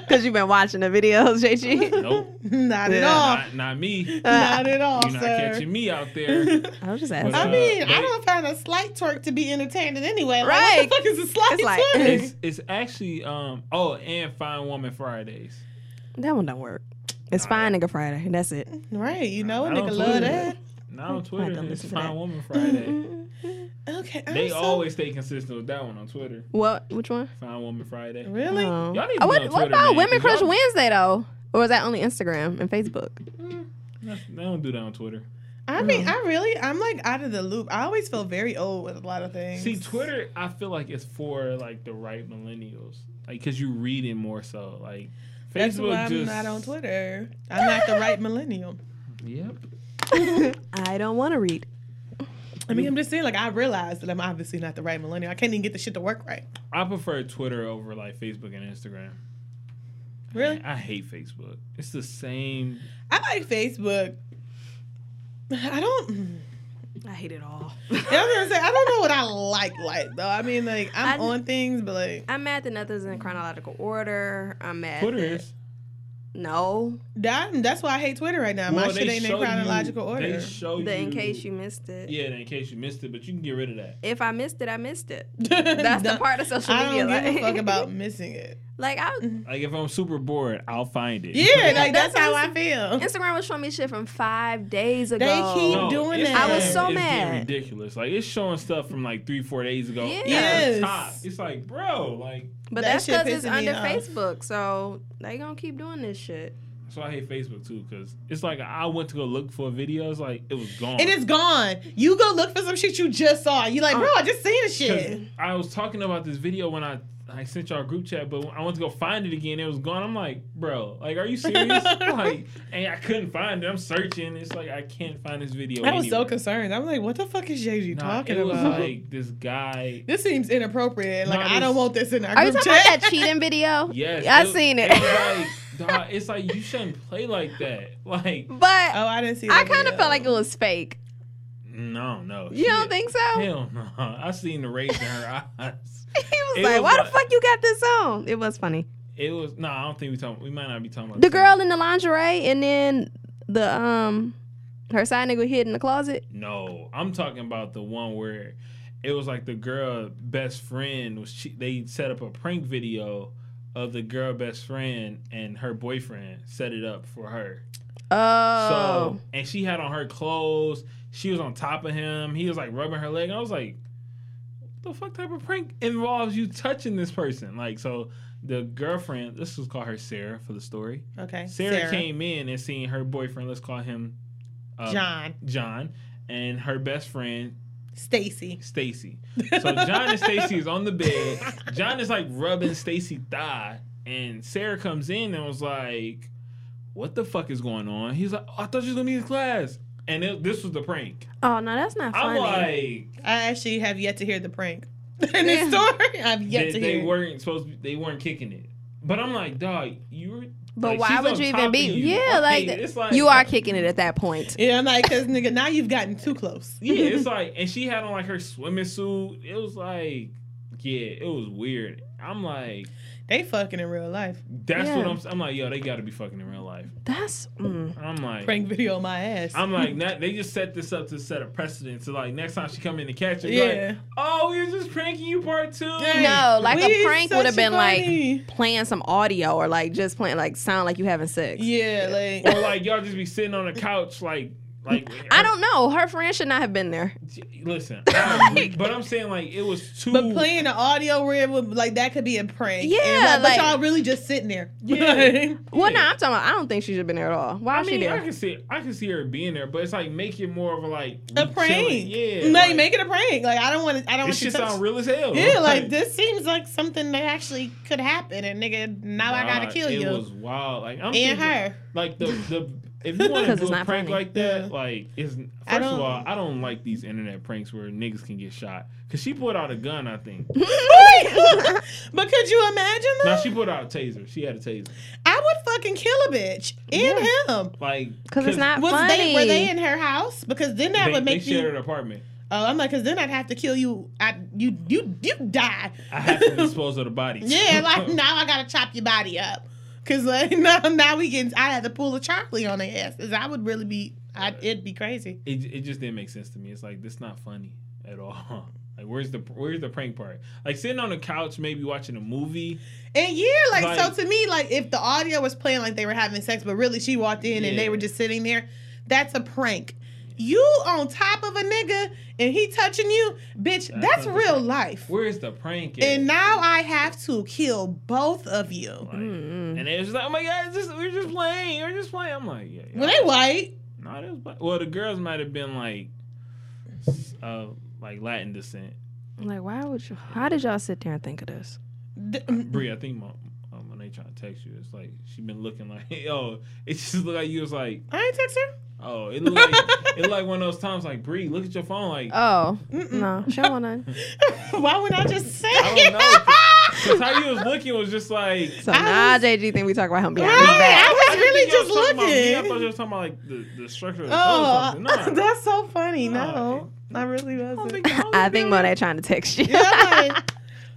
Speaker 3: Because you've been watching the videos, [laughs] JG.
Speaker 4: [laughs]
Speaker 5: Nope,
Speaker 4: [laughs] not at
Speaker 3: Yeah.
Speaker 4: all.
Speaker 5: not, not me.
Speaker 4: Not at all,
Speaker 5: You're not
Speaker 4: Oh. sir.
Speaker 5: catching me out
Speaker 4: [laughs]
Speaker 5: there.
Speaker 3: I was just
Speaker 5: asking.
Speaker 4: I
Speaker 5: Uh,
Speaker 4: mean, I
Speaker 5: they-
Speaker 4: don't find a slight twerk to be entertaining anyway. Like,
Speaker 3: Right.
Speaker 4: What the fuck is a slight
Speaker 3: It's like-
Speaker 4: twerk?
Speaker 5: It's it's actually um oh and Fine Woman Fridays.
Speaker 3: That one don't work. It's fine, nigga Friday. That's it.
Speaker 4: right. You know, a
Speaker 5: Not on
Speaker 4: nigga love
Speaker 5: Twitter.
Speaker 4: that.
Speaker 5: Not on
Speaker 3: I
Speaker 5: Twitter.
Speaker 3: don't
Speaker 5: It's
Speaker 3: listen to that.
Speaker 5: Fine Woman Friday.
Speaker 4: Okay. I'm
Speaker 5: They
Speaker 4: Mm-hmm. so-
Speaker 5: always stay consistent with that one on Twitter.
Speaker 3: What? Which one?
Speaker 5: Fine Woman Friday.
Speaker 4: really.
Speaker 3: Oh.
Speaker 5: Y'all need to
Speaker 3: Oh, what,
Speaker 5: be on
Speaker 3: what
Speaker 5: Twitter,
Speaker 3: about
Speaker 5: man,
Speaker 3: Women
Speaker 5: 'cause
Speaker 3: Crush
Speaker 5: y'all-
Speaker 3: Wednesday though? Or is that only Instagram and Facebook?
Speaker 5: That's- They don't do that on Twitter.
Speaker 4: I mean, I really, I'm like out of the loop. I always feel very old with a lot of things.
Speaker 5: See, Twitter, I feel like it's for like the right millennials, like because you read it more so. Like Facebook,
Speaker 4: That's why I'm
Speaker 5: just
Speaker 4: not on Twitter. I'm not the right millennial.
Speaker 5: Yep.
Speaker 3: I don't want to read.
Speaker 4: I mean, I'm just saying, like, I realize that I'm obviously not the right millennial. I can't even get the shit to work right.
Speaker 5: I prefer Twitter over like Facebook and Instagram.
Speaker 4: Really?
Speaker 5: I hate Facebook. It's the same.
Speaker 4: I like Facebook. I don't. I'm
Speaker 3: I hate it all. [laughs]
Speaker 4: gonna say I don't know what I like like though. I mean, like I'm
Speaker 3: I-
Speaker 4: on things, but like
Speaker 3: I'm mad that nothing's in chronological order. I'm mad.
Speaker 5: Twitter
Speaker 3: that-
Speaker 5: is.
Speaker 3: No.
Speaker 4: that, that's why I hate Twitter right now. My
Speaker 5: well,
Speaker 4: shit
Speaker 5: they
Speaker 4: ain't
Speaker 5: show
Speaker 4: in
Speaker 5: you-
Speaker 4: chronological
Speaker 5: They
Speaker 4: order. [laughs]
Speaker 5: show
Speaker 3: The
Speaker 5: Oh, you.
Speaker 3: in case you missed it.
Speaker 5: Yeah, the in case you missed it, but you can get rid of that.
Speaker 3: If I missed it, I missed it. That's the part of social
Speaker 4: I
Speaker 3: media.
Speaker 4: don't give a
Speaker 3: like-
Speaker 4: fuck about missing
Speaker 5: [laughs]
Speaker 4: it.
Speaker 3: [laughs] like I,
Speaker 5: Like if I'm super bored, I'll find it.
Speaker 4: Yeah, like
Speaker 3: that's
Speaker 4: that's, how
Speaker 3: awesome.
Speaker 4: I feel.
Speaker 3: Instagram was showing me shit from five days ago.
Speaker 4: keep
Speaker 5: No,
Speaker 4: doing
Speaker 5: it's-
Speaker 4: that. I was
Speaker 5: it's-
Speaker 3: so
Speaker 5: it's getting
Speaker 3: mad.
Speaker 5: ridiculous. Like it's showing stuff from like three, four days ago.
Speaker 3: Yeah.
Speaker 5: at the
Speaker 4: Yes.
Speaker 5: top. It's like, bro, like
Speaker 3: But
Speaker 4: That
Speaker 3: that's
Speaker 4: shit
Speaker 3: because it's
Speaker 4: pissing me
Speaker 3: under
Speaker 4: off.
Speaker 3: Facebook, so they gonna keep doing this shit.
Speaker 5: So I hate Facebook too, cause it's like I went to go look for videos, like it was gone.
Speaker 4: And it's gone.
Speaker 3: Oh.
Speaker 4: You go look for some shit you just saw. You like, bro, I just seen the
Speaker 5: 'Cause
Speaker 4: shit.
Speaker 5: I was talking about this video when I I sent y'all a group chat, but I went to go find it again. It was gone. I'm like, bro, like, are
Speaker 3: [laughs]
Speaker 5: you serious? like, and I couldn't find it. I'm searching. It's like I can't find this video.
Speaker 4: I was so
Speaker 5: anywhere.
Speaker 4: concerned. I'm like, what the fuck is Jeju
Speaker 5: Nah,
Speaker 4: talking
Speaker 5: it was
Speaker 4: about?
Speaker 5: like this guy.
Speaker 4: this seems inappropriate. Like,
Speaker 5: Nah,
Speaker 4: I don't
Speaker 5: this-
Speaker 4: want this in our
Speaker 3: Are you
Speaker 4: group
Speaker 3: talking about
Speaker 4: chat.
Speaker 3: that cheating
Speaker 5: [laughs]
Speaker 3: video?
Speaker 5: Yes,
Speaker 3: I
Speaker 5: was-
Speaker 3: seen it.
Speaker 5: It's like, dawg, it's like you shouldn't play like that. Like,
Speaker 3: But
Speaker 4: oh, I didn't see.
Speaker 3: I
Speaker 4: that
Speaker 3: kind of
Speaker 4: video.
Speaker 3: felt like it was fake.
Speaker 5: no, no.
Speaker 3: You don't think so?
Speaker 5: Hell no. [laughs] I seen the rays in her [laughs] eyes.
Speaker 3: [laughs] He was
Speaker 5: It
Speaker 3: like,
Speaker 5: was
Speaker 3: "Why the
Speaker 5: like-
Speaker 3: fuck you got this on?" It was funny.
Speaker 5: It was no. I don't think we talking. We might not be talking about
Speaker 3: The
Speaker 5: same-
Speaker 3: girl in the lingerie, and then the um, her side nigga hid in the closet.
Speaker 5: No, I'm talking about the one where it was like the girl best friend was. Che- they set up a prank video of the girl best friend and her boyfriend set it up for her.
Speaker 3: Oh,
Speaker 5: So and she had on her clothes. She was on top of him. He was like rubbing her leg. I was like, the fuck type of prank involves you touching this person? Like so. The girlfriend, let's just call her Sarah for the story.
Speaker 4: okay.
Speaker 5: Sarah, came in and seen her boyfriend. Let's call him uh,
Speaker 4: John,
Speaker 5: John and her best friend
Speaker 4: Stacy.
Speaker 5: Stacy. So John and Stacy is on the bed. John is like rubbing Stacy thigh, and Sarah comes in and was like, "What the fuck is going on?" He's like, "Oh, "I thought you was gonna be in class." And it, this was the prank.
Speaker 3: oh no, that's not
Speaker 5: I'm
Speaker 3: funny.
Speaker 5: like,
Speaker 4: I actually have yet to hear the prank [laughs] in
Speaker 3: Yeah.
Speaker 4: this story. I've yet
Speaker 5: they,
Speaker 4: to
Speaker 5: they
Speaker 4: hear.
Speaker 5: weren't supposed. To be, they weren't kicking it. But I'm like, dog, you were.
Speaker 3: but
Speaker 5: like,
Speaker 3: why
Speaker 5: she's
Speaker 3: would
Speaker 5: on
Speaker 3: you
Speaker 5: top
Speaker 3: even
Speaker 5: of
Speaker 3: be?
Speaker 5: you.
Speaker 3: Yeah, like,
Speaker 5: it's like
Speaker 3: you
Speaker 5: [laughs]
Speaker 3: are kicking it at that point.
Speaker 4: yeah, I'm like, cause nigga, now you've gotten too close.
Speaker 5: Yeah, it's like, and she had on like her swimming suit. It was like, yeah, it was weird. I'm like,
Speaker 4: they fucking in real life.
Speaker 5: That's
Speaker 3: Yeah.
Speaker 5: what I'm. s- I'm like, yo, they got to be fucking in real life.
Speaker 3: That's mm.
Speaker 5: I'm like,
Speaker 4: Prank video on my ass.
Speaker 5: I'm like, not, they just set this up to set a precedent. So like, next time she come in to catch her, yeah.
Speaker 4: Yeah.
Speaker 5: like, oh, we were just pranking you, part two.
Speaker 3: no, like
Speaker 4: We
Speaker 3: a prank
Speaker 4: such
Speaker 3: would have been
Speaker 4: funny.
Speaker 3: like playing some audio or like just playing like sound like you having sex.
Speaker 4: Yeah, like
Speaker 5: Or like, y'all just be sitting on the couch, like, like.
Speaker 3: I don't know. Her friend should not have been there.
Speaker 5: listen. I agree, but I'm saying like, it was too.
Speaker 4: But playing the audio rib would like that could be a prank.
Speaker 3: Yeah,
Speaker 4: And, like,
Speaker 3: like-
Speaker 4: but y'all really just sitting there. [laughs]
Speaker 5: Yeah.
Speaker 3: Well,
Speaker 5: Yeah.
Speaker 3: no, I'm talking about. I don't think she should have been there at all. Why
Speaker 5: I
Speaker 3: was she
Speaker 5: mean, I
Speaker 3: there?
Speaker 5: can see, I can see her being there, but it's like make it more of a like
Speaker 4: a
Speaker 5: we
Speaker 4: prank.
Speaker 5: chilling. Yeah,
Speaker 4: like,
Speaker 5: like,
Speaker 4: make it a prank. Like I don't want to. I don't
Speaker 5: This
Speaker 4: want you
Speaker 5: shit
Speaker 4: to.
Speaker 5: sound real as hell.
Speaker 4: yeah, like this seems like something that actually could happen, and nigga, now I gotta
Speaker 5: Nah,
Speaker 4: kill you
Speaker 5: It was wild. Like I'm
Speaker 4: and
Speaker 5: thinking-
Speaker 4: her.
Speaker 5: like the the
Speaker 4: [laughs]
Speaker 5: if you want to
Speaker 3: 'Cause it's
Speaker 5: do a
Speaker 3: not
Speaker 5: prank
Speaker 3: funny.
Speaker 5: like that, like it's
Speaker 4: I
Speaker 5: first of
Speaker 4: don't-
Speaker 5: all, I don't like these internet pranks where niggas can get shot. Cause she pulled out a gun,
Speaker 4: [laughs]
Speaker 5: I think.
Speaker 3: [laughs]
Speaker 4: but could you imagine though?
Speaker 5: now she pulled out a taser. She had a taser.
Speaker 4: I would fucking kill a bitch and him.
Speaker 5: Like
Speaker 3: Because it's not
Speaker 4: Was
Speaker 3: funny.
Speaker 4: they were they in her house? Because then that
Speaker 5: They,
Speaker 4: would
Speaker 5: they
Speaker 4: make
Speaker 5: shared
Speaker 4: me.
Speaker 5: an apartment.
Speaker 4: Oh, I'm like, because then I'd have to kill you. I you you you die.
Speaker 5: I have to dispose of the body.
Speaker 4: [laughs]
Speaker 5: [laughs]
Speaker 4: Yeah, like now I gotta chop your body up. Cause like [laughs] now, now we getting I had to pull a Charlie on their asses. I would really be I it'd be crazy.
Speaker 5: it it just didn't make sense to me. It's like this not funny at all. [laughs] Like where's the where's the prank part? Like sitting on the couch, maybe watching a movie.
Speaker 4: And yeah, like,
Speaker 5: Like-
Speaker 4: so to me, like if the audio was playing like they were having sex, but really she walked in and they
Speaker 5: Yeah.
Speaker 4: were just sitting there, that's a prank. You on top of a nigga and he touching you, bitch, that's,
Speaker 5: not the
Speaker 4: real
Speaker 5: prank.
Speaker 4: life.
Speaker 5: Where's the prank? at?
Speaker 4: And now I have to kill both of you.
Speaker 5: Like, And it was like, oh my god, it's just, we're just playing, we're just playing. I'm like, yeah, yeah.
Speaker 4: Well, they white.
Speaker 5: No, it was black. Well, the girls might have been like, s- uh, like Latin descent.
Speaker 3: Like, why would you? How did y'all sit there and think of this?
Speaker 4: Th- mm,
Speaker 5: Bree, I think my, um, when they try to text you, it's like she been looking like, [laughs] oh, it just look like you was like,
Speaker 4: I ain't text her. [laughs]
Speaker 5: oh, it look like it look like one of those times like Bree, look at your phone, like
Speaker 3: Oh no, she don't want
Speaker 4: [laughs]
Speaker 3: none.
Speaker 4: Why would I just say?
Speaker 5: I don't know, because how you was looking was just like.
Speaker 3: So
Speaker 4: I
Speaker 3: now
Speaker 4: was-
Speaker 3: JG think we talk about him behind
Speaker 4: [laughs]
Speaker 3: his
Speaker 4: Right,
Speaker 3: back.
Speaker 4: I was really
Speaker 5: I
Speaker 4: just
Speaker 5: was talking about me. I thought you
Speaker 4: looking.
Speaker 5: was talking about like the, the structure of the oh,
Speaker 4: Oh,
Speaker 5: something.
Speaker 4: [laughs]
Speaker 5: No,
Speaker 4: that's so funny.
Speaker 5: Nah.
Speaker 4: No, I really wasn't.
Speaker 3: I think Monet trying to text you.
Speaker 4: Yeah, I'm like,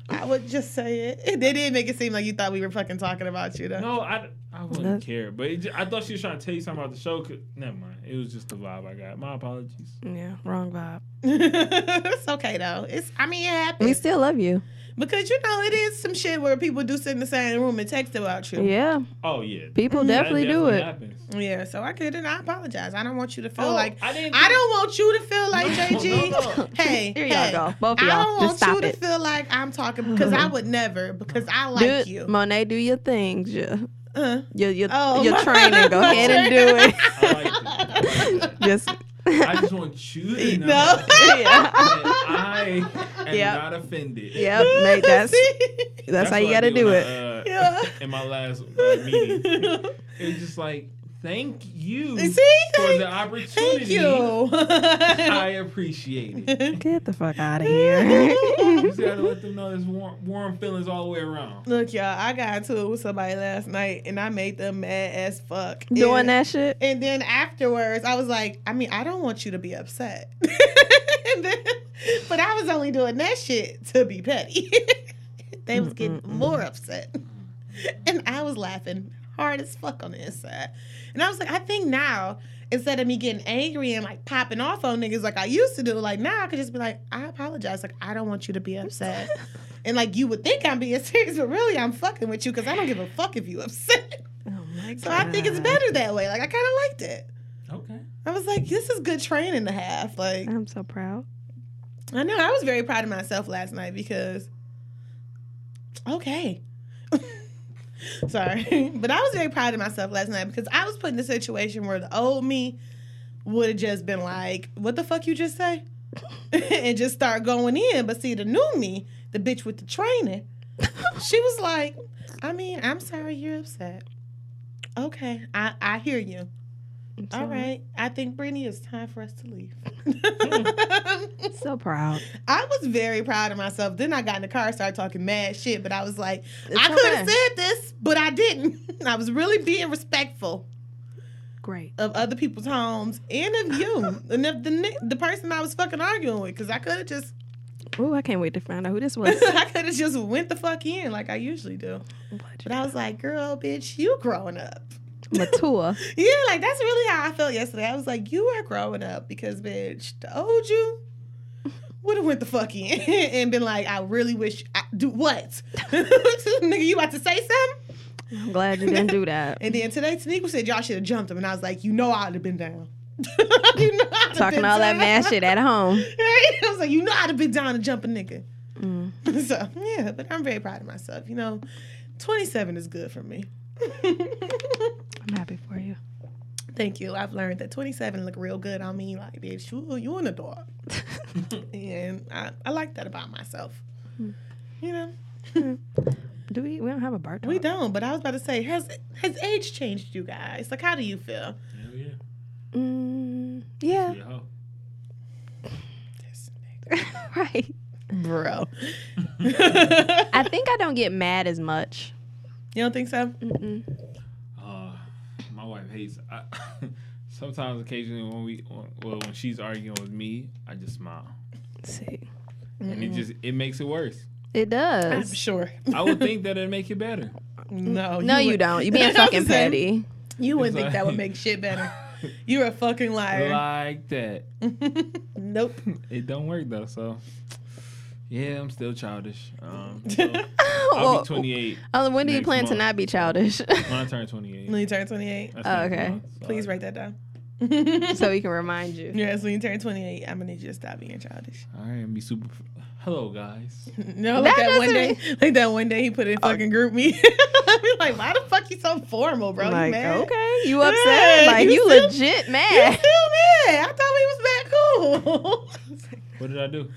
Speaker 4: [laughs] I would just say it. They did make it seem like you thought we were fucking talking about you, though.
Speaker 5: No, I, I
Speaker 3: No.
Speaker 5: wouldn't care. But it ju- I thought she was trying to tell you something about the show. 'cause- never mind. It was just the vibe I got. My apologies.
Speaker 3: [laughs] yeah, wrong vibe.
Speaker 4: [laughs] it's okay though. It's I mean it
Speaker 3: We
Speaker 4: happens
Speaker 3: still love you.
Speaker 4: because you know it is some shit where people do sit in the same room and text about you.
Speaker 3: Yeah,
Speaker 5: Oh yeah,
Speaker 3: people
Speaker 5: That
Speaker 3: definitely, do it.
Speaker 5: happens.
Speaker 4: Yeah. so I could and I apologize. I don't want you to feel
Speaker 5: Oh,
Speaker 4: like
Speaker 5: I didn't.
Speaker 4: I
Speaker 5: think-
Speaker 4: don't want you to feel like
Speaker 5: No,
Speaker 4: JG.
Speaker 5: no, no.
Speaker 4: [laughs] Hey,
Speaker 3: Here y'all
Speaker 4: hey,
Speaker 3: go. Both of
Speaker 4: I
Speaker 3: y'all,
Speaker 4: don't
Speaker 3: just
Speaker 4: want
Speaker 3: stop
Speaker 4: you to
Speaker 3: it.
Speaker 4: feel like I'm talking because I would never because I like
Speaker 3: do,
Speaker 4: you.
Speaker 3: Monet, do your things. Your
Speaker 4: Uh,
Speaker 3: your your,
Speaker 4: Oh,
Speaker 3: your
Speaker 4: my-
Speaker 3: training.
Speaker 4: [laughs]
Speaker 3: Go
Speaker 4: my
Speaker 3: ahead and do it.
Speaker 4: training.
Speaker 3: [laughs]
Speaker 5: I like that.
Speaker 4: [laughs]
Speaker 3: just
Speaker 5: I just want
Speaker 3: [laughs]
Speaker 5: you to know
Speaker 4: no.
Speaker 5: that I am
Speaker 3: Yep.
Speaker 5: not
Speaker 4: [laughs]
Speaker 5: offended.
Speaker 3: yep, mate. That's
Speaker 4: See?
Speaker 3: That's, how you
Speaker 5: what
Speaker 3: got
Speaker 5: I
Speaker 3: to do
Speaker 5: when I,
Speaker 3: it.
Speaker 5: uh,
Speaker 4: Yeah.
Speaker 5: In my last uh, meeting, it's just like, thank
Speaker 3: [laughs]
Speaker 5: you
Speaker 4: [laughs] See?
Speaker 5: for the opportunity.
Speaker 4: Thank you.
Speaker 5: I appreciate
Speaker 3: [laughs]
Speaker 5: it.
Speaker 3: Get the fuck
Speaker 4: [laughs]
Speaker 3: out of here. [laughs]
Speaker 5: You just gotta let them know there's warm, warm feelings all the way around.
Speaker 4: Look, y'all, I got into it with somebody last night and I made them mad as fuck.
Speaker 3: Doing
Speaker 4: And-
Speaker 3: that shit.
Speaker 4: And then afterwards, I was like, I mean, I don't want you to be upset. [laughs] And then- but I was only doing that shit to be petty. [laughs] they was getting more upset. And I was laughing hard as fuck on the inside. And I was like, I think now, instead of me getting angry and like popping off on niggas like I used to do, like now I could just be like, I apologize. Like, I don't want you to be upset. and like, you would think I'm being serious, but really I'm fucking with you because I don't give a fuck if you upset.
Speaker 3: Oh my god.
Speaker 4: So I think it's better that way. Like I kind of liked it.
Speaker 5: Okay.
Speaker 4: I was like, this is good training to have. Like
Speaker 3: I'm so proud.
Speaker 4: I know I was very proud of myself last night because okay. [laughs] Sorry. But I was very proud of myself last night because I was put in a situation where the old me would have just been like, what the fuck you just say? [laughs] and just start going in. But see the new me, the bitch with the training, she was like, I mean, I'm sorry you're upset. Okay, I, I hear you.
Speaker 3: I'm so,
Speaker 4: All right. I think Brittany, it's time for us to leave.
Speaker 3: So proud.
Speaker 4: [laughs] I was very proud of myself. Then I got in the car, started talking mad shit, but I was like,
Speaker 3: It's
Speaker 4: I could have
Speaker 3: okay.
Speaker 4: said this, but I didn't. [laughs] I was really being respectful
Speaker 3: Great.
Speaker 4: of other people's homes and of [laughs] you and of the ni- the person I was fucking arguing with, because I could have [laughs] just
Speaker 3: Ooh, I can't wait to find out who this was.
Speaker 4: [laughs] I could have just went the fuck in like I usually do. But I was like, girl, bitch, you growing up.
Speaker 3: Matua.
Speaker 4: Yeah, like that's really how I felt yesterday. I was like, you are growing up because bitch, the old you would have went the fuck in [laughs] and been like, I really wish I do what? [laughs] Nigga, you about to say something?
Speaker 3: I'm glad you didn't do
Speaker 4: [laughs]
Speaker 3: that.
Speaker 4: And then today Tanika said y'all should have jumped him and I was like, you know I'd have been down. [laughs] you know I'd have
Speaker 3: Talking
Speaker 4: been
Speaker 3: all that
Speaker 4: down.
Speaker 3: mad shit at home.
Speaker 4: [laughs] Right? I was like, you know I'd have been down to jump a nigga.
Speaker 3: Mm.
Speaker 4: [laughs] So yeah, but I'm very proud of myself. You know, 27 is good for me. [laughs]
Speaker 3: I'm happy for you.
Speaker 4: Thank you. I've learned that 27 look real good on me. Like, bitch, you, you an adult.
Speaker 3: [laughs]
Speaker 4: and I, I like that about myself.
Speaker 3: Hmm.
Speaker 4: You know,
Speaker 3: Do we? We don't have a bar.
Speaker 4: we
Speaker 3: talk.
Speaker 4: don't. But I was about to say, has has age changed you guys? Like, how do you feel?
Speaker 5: Hell yeah.
Speaker 3: Mm, yeah.
Speaker 5: Yeah, ho.
Speaker 3: [laughs] right.
Speaker 4: Bro. [laughs] you
Speaker 3: I think I don't get mad as much.
Speaker 4: don't think so?
Speaker 3: Mm-mm.
Speaker 5: Uh, my wife hates. I, [laughs] sometimes, occasionally, when we, well, when she's arguing with me, I just smile,
Speaker 3: see,
Speaker 5: and it just it makes it worse.
Speaker 3: it
Speaker 4: I'm
Speaker 3: does.
Speaker 4: sure.
Speaker 5: I would think that it'd make it
Speaker 3: [laughs]
Speaker 5: better.
Speaker 4: [laughs] No.
Speaker 3: no, you,
Speaker 4: would-
Speaker 3: don't. You being
Speaker 4: That's what I'm
Speaker 3: fucking
Speaker 4: saying.
Speaker 3: petty.
Speaker 4: You wouldn't
Speaker 5: It's
Speaker 4: think that would
Speaker 5: like-
Speaker 4: make shit better. You're a fucking liar.
Speaker 5: Like that.
Speaker 4: [laughs] nope.
Speaker 5: It don't work though. So, yeah, I'm still childish.
Speaker 3: [laughs]
Speaker 5: Um, so I'll
Speaker 3: Well,
Speaker 5: be 28
Speaker 3: oh, when do you
Speaker 5: next
Speaker 3: plan to
Speaker 5: month.
Speaker 3: not be childish? [laughs]
Speaker 5: when I turn 28.
Speaker 4: When you turn 28,
Speaker 5: That's
Speaker 3: Oh,
Speaker 5: next
Speaker 3: okay.
Speaker 5: month, so
Speaker 4: please
Speaker 5: I-
Speaker 4: write that down. [laughs]
Speaker 3: so we can remind you.
Speaker 4: Yeah, so when you turn 28, I'm gonna need you to stop being childish.
Speaker 5: All right, be super. Hello, guys.
Speaker 4: No,
Speaker 3: That
Speaker 4: like that one
Speaker 3: doesn't Oh.
Speaker 4: day, [laughs] like that one day he put in fucking group me. [laughs] I be like, why the fuck you so formal, bro?
Speaker 3: like,
Speaker 4: you mad?
Speaker 3: okay, you upset?
Speaker 4: Yeah,
Speaker 3: like,
Speaker 4: you
Speaker 3: you,
Speaker 4: still-
Speaker 3: legit
Speaker 4: You
Speaker 3: mad?
Speaker 4: still mad? I thought we was that cool. [laughs]
Speaker 5: What did I do?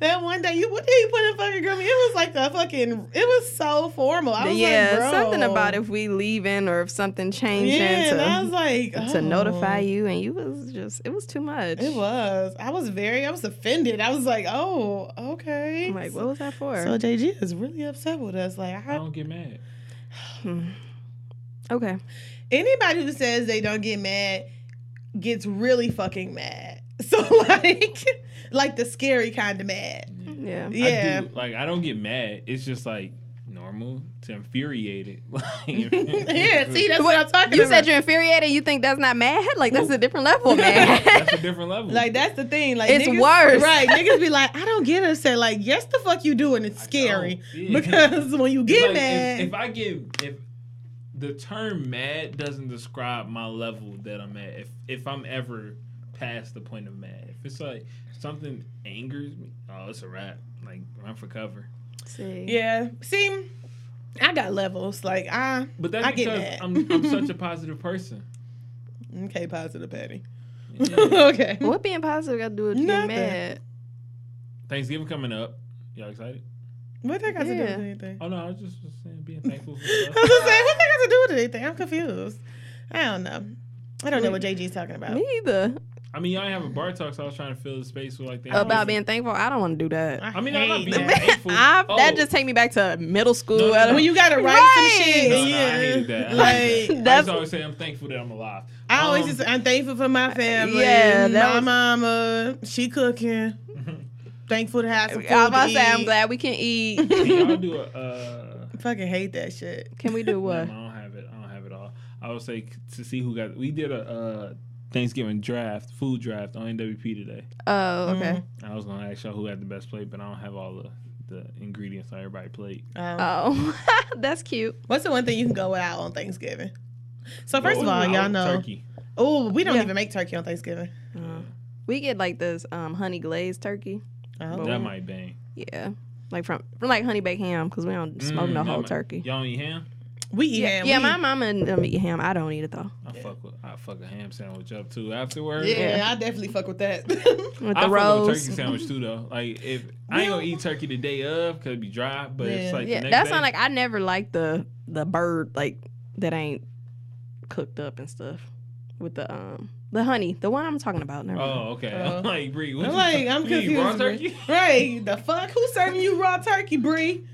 Speaker 4: that one day, you what did you put in fucking group me? It was like a fucking, it was so formal. I was
Speaker 3: yeah,
Speaker 4: like, bro.
Speaker 3: something about if we leaving or if something changing
Speaker 4: Yeah, and I was
Speaker 3: to
Speaker 4: like,
Speaker 3: to notify
Speaker 4: oh.
Speaker 3: you, and you was just it was too much.
Speaker 4: It was. I was very. I was offended. I was like, oh, okay.
Speaker 3: I'm like, what was that for?
Speaker 4: So JG is really upset with us. Like,
Speaker 5: I
Speaker 4: I,
Speaker 5: don't get mad.
Speaker 3: okay,
Speaker 4: anybody who says they don't get mad gets really fucking mad. [laughs] So like, like the scary kind of mad.
Speaker 3: yeah.
Speaker 4: Yeah.
Speaker 5: I do. Like I don't get mad. It's just like normal to [laughs] infuriated. yeah.
Speaker 4: [laughs] [laughs]
Speaker 5: [laughs]
Speaker 4: Yeah, see, that's what, I'm talking
Speaker 3: You
Speaker 4: about.
Speaker 3: said you're infuriated. You think that's not mad? Like that's a different
Speaker 4: [laughs]
Speaker 3: level, man.
Speaker 5: That's a different level.
Speaker 4: like that's the thing. Like
Speaker 3: It's
Speaker 4: niggas,
Speaker 3: worse. [laughs]
Speaker 4: right? Niggas be like, I don't get upset. Like, yes, the fuck you do, and it's scary
Speaker 5: don't, yeah.
Speaker 4: because when you get
Speaker 5: Like,
Speaker 4: mad,
Speaker 5: If, if I get if the term mad doesn't describe my level that I'm at, if if I'm ever past the point of mad, if it's like something angers me, oh, it's a wrap. Like run for cover.
Speaker 3: See,
Speaker 4: yeah. See, I got levels. Like I,
Speaker 5: But that's
Speaker 4: I get
Speaker 5: because
Speaker 4: mad.
Speaker 5: I'm I'm such a positive person.
Speaker 4: okay, positive Patty.
Speaker 5: Yeah.
Speaker 4: [laughs] okay.
Speaker 3: What being positive got to do with being
Speaker 4: Nothing.
Speaker 3: mad?
Speaker 5: Thanksgiving coming up. Y'all excited?
Speaker 4: What that got to do
Speaker 3: Yeah.
Speaker 4: with anything?
Speaker 5: Oh no, I was just, just saying being thankful for the
Speaker 4: I was just saying, what that got to do with anything? I'm confused. I don't know. I don't know what JG's talking about.
Speaker 3: Me either.
Speaker 5: I mean, y'all have a bar talk, so I was trying to fill the space with like the
Speaker 3: About being thankful, I don't want to do that.
Speaker 5: I mean, I'm not
Speaker 4: hate
Speaker 5: being
Speaker 4: that.
Speaker 5: thankful.
Speaker 3: I, That
Speaker 5: Oh.
Speaker 3: just take me back to middle school.
Speaker 5: No, no,
Speaker 3: I don't-
Speaker 4: when you gotta write
Speaker 3: Right.
Speaker 4: some shit.
Speaker 5: No, no, I
Speaker 4: yeah.
Speaker 5: hated that. I hated
Speaker 4: Like
Speaker 5: I
Speaker 3: That's-
Speaker 5: just always say I'm thankful that I'm alive.
Speaker 4: I always
Speaker 5: Um,
Speaker 4: just I'm thankful for my family.
Speaker 3: Uh, Yeah, that
Speaker 4: my
Speaker 3: was-
Speaker 4: mama, she cooking. thankful to
Speaker 3: [laughs]
Speaker 4: have some food.
Speaker 3: I'm about
Speaker 4: to
Speaker 3: to say I'm
Speaker 4: eat.
Speaker 3: glad we can eat.
Speaker 5: [laughs] Can y'all do
Speaker 4: [laughs]
Speaker 5: a? Uh,
Speaker 4: Fucking hate that shit.
Speaker 3: Can we do
Speaker 5: no,
Speaker 3: what?
Speaker 5: no, I don't have it. I don't have it all. I would say c- to see who got. We did a uh, Thanksgiving draft, food draft on NWP today.
Speaker 3: Oh, okay.
Speaker 5: I was gonna ask y'all who had the best plate, but I don't have all the the ingredients on everybody's plate.
Speaker 4: Um,
Speaker 3: Oh, [laughs] that's cute.
Speaker 4: what's the one thing you can go without on Thanksgiving? So first of
Speaker 5: Well,
Speaker 4: all, y'all know.
Speaker 5: turkey.
Speaker 4: Oh, we don't
Speaker 3: Yeah.
Speaker 4: even make turkey on Thanksgiving.
Speaker 3: We get like this um, honey glazed turkey.
Speaker 4: Oh.
Speaker 5: That might bang.
Speaker 3: Yeah, like from from like honey baked ham because we don't smoke
Speaker 5: Mm,
Speaker 3: no
Speaker 5: that
Speaker 3: whole
Speaker 5: might-
Speaker 3: turkey.
Speaker 5: Y'all don't eat ham?
Speaker 4: We eat
Speaker 3: Yeah,
Speaker 4: ham.
Speaker 3: yeah,
Speaker 4: we,
Speaker 3: my mama and them eat ham. I don't eat it though.
Speaker 5: I fuck with I fuck a ham sandwich up too afterwards.
Speaker 4: Yeah,
Speaker 3: Yeah.
Speaker 4: I definitely fuck with
Speaker 3: [laughs]
Speaker 4: that.
Speaker 3: With
Speaker 5: I
Speaker 3: the
Speaker 5: fuck with
Speaker 3: rose.
Speaker 5: turkey sandwich too though. Like if I ain't gonna eat turkey the day of because it'd be dry, but
Speaker 4: Yeah.
Speaker 5: it's like
Speaker 3: Yeah,
Speaker 5: the next
Speaker 3: that's
Speaker 5: day,
Speaker 3: not like I never liked the the bird like that ain't cooked up and stuff with the um the honey the one I'm talking about. Never mind.
Speaker 5: Oh okay.
Speaker 4: Oh.
Speaker 5: I'm like Bree, what
Speaker 4: I'm
Speaker 5: you-
Speaker 4: like, I'm
Speaker 5: you
Speaker 4: confused.
Speaker 5: eat raw
Speaker 4: Bree.
Speaker 5: turkey?
Speaker 4: [laughs] Right. The fuck? Who's serving you raw turkey, Bree?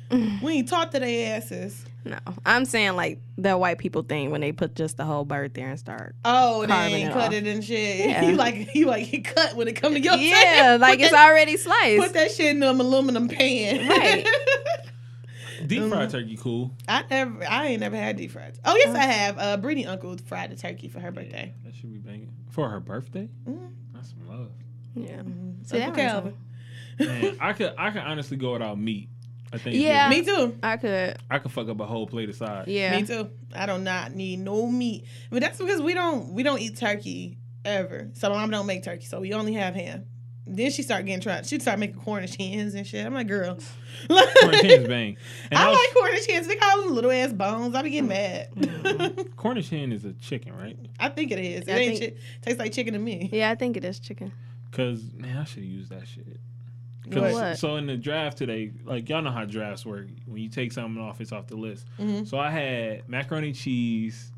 Speaker 4: we ain't taught to their asses.
Speaker 3: No, I'm saying like that white people thing when they put just the whole bird there and start.
Speaker 4: Oh, and
Speaker 3: Carving
Speaker 4: then
Speaker 3: it
Speaker 4: cut
Speaker 3: off.
Speaker 4: it and shit. [laughs]
Speaker 3: Yeah.
Speaker 4: You like you like you cut when it come to your
Speaker 3: Yeah,
Speaker 4: turkey.
Speaker 3: like
Speaker 4: Put
Speaker 3: it's
Speaker 4: that,
Speaker 3: already
Speaker 4: Put
Speaker 3: sliced.
Speaker 4: that shit in an aluminum pan.
Speaker 3: Right.
Speaker 4: Um,
Speaker 5: Deep fried turkey cool.
Speaker 4: [laughs] I never, I ain't never had deep fried. Oh yes, I have. Uh, Brittany uncle fried a turkey for her birthday.
Speaker 5: That should be banging. For her birthday?
Speaker 4: Mhm.
Speaker 5: That's
Speaker 4: [laughs]
Speaker 5: some love.
Speaker 3: Yeah.
Speaker 4: So
Speaker 3: See, that
Speaker 4: Uncle
Speaker 3: one's
Speaker 4: Calvin.
Speaker 5: Man, I could I could honestly go without meat. I think
Speaker 3: Yeah.
Speaker 4: Me too.
Speaker 3: I could.
Speaker 5: I could fuck up a whole plate of sides.
Speaker 3: Yeah.
Speaker 4: Me too. I do not need no meat, but that's because we don't we don't eat turkey ever. So my mom don't make turkey, so we only have ham. Then she started getting tried. She started making cornish hens and shit. I'm like, girl,
Speaker 5: Cornish hens bang.
Speaker 4: [laughs]
Speaker 5: And
Speaker 4: I
Speaker 5: was-
Speaker 4: like cornish hens. They call them little ass bones. I be
Speaker 5: Mm.
Speaker 4: getting mad.
Speaker 5: Cornish hen is a chicken, right?
Speaker 4: [laughs] I think it is. It
Speaker 3: I
Speaker 4: ain't
Speaker 3: think-
Speaker 4: chi- tastes like chicken to me.
Speaker 3: Yeah, I think it is chicken.
Speaker 5: Cause man, I should use that shit.
Speaker 3: What?
Speaker 5: 'Cause-
Speaker 3: What?
Speaker 5: So in the draft today, like y'all know how drafts work. When you take something off, it's off the list.
Speaker 4: Mm-hmm.
Speaker 5: So I had macaroni and cheese,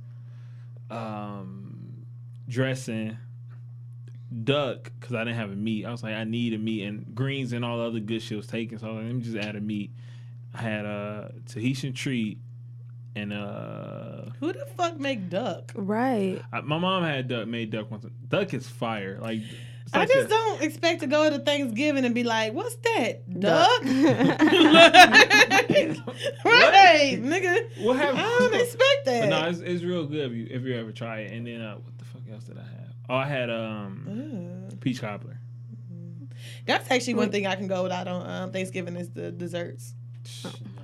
Speaker 5: um, dressing, duck because I didn't have a meat. I was like, I need a meat and greens and all the other good shit was taken. So I was like, let me just add a meat. I had a Tahitian treat and uh,
Speaker 4: Who the fuck make duck?
Speaker 3: Right.
Speaker 5: I, my mom had duck made duck once. Duck is fire. Like it's
Speaker 4: I
Speaker 5: like
Speaker 4: just
Speaker 5: the-
Speaker 4: don't expect to go to Thanksgiving and be like, "What's that duck?" [laughs]
Speaker 3: Duck. [laughs]
Speaker 4: right, nigga.
Speaker 5: What happened? [laughs]
Speaker 4: I don't expect
Speaker 5: But no,
Speaker 4: that.
Speaker 5: it's, it's real good if you if you ever try it. And then uh, what the fuck else did I have? Oh, I had um
Speaker 3: Mm-hmm.
Speaker 4: Ugh.
Speaker 5: peach cobbler.
Speaker 4: Mm. That's actually one thing I can go without on um, Thanksgiving is the desserts.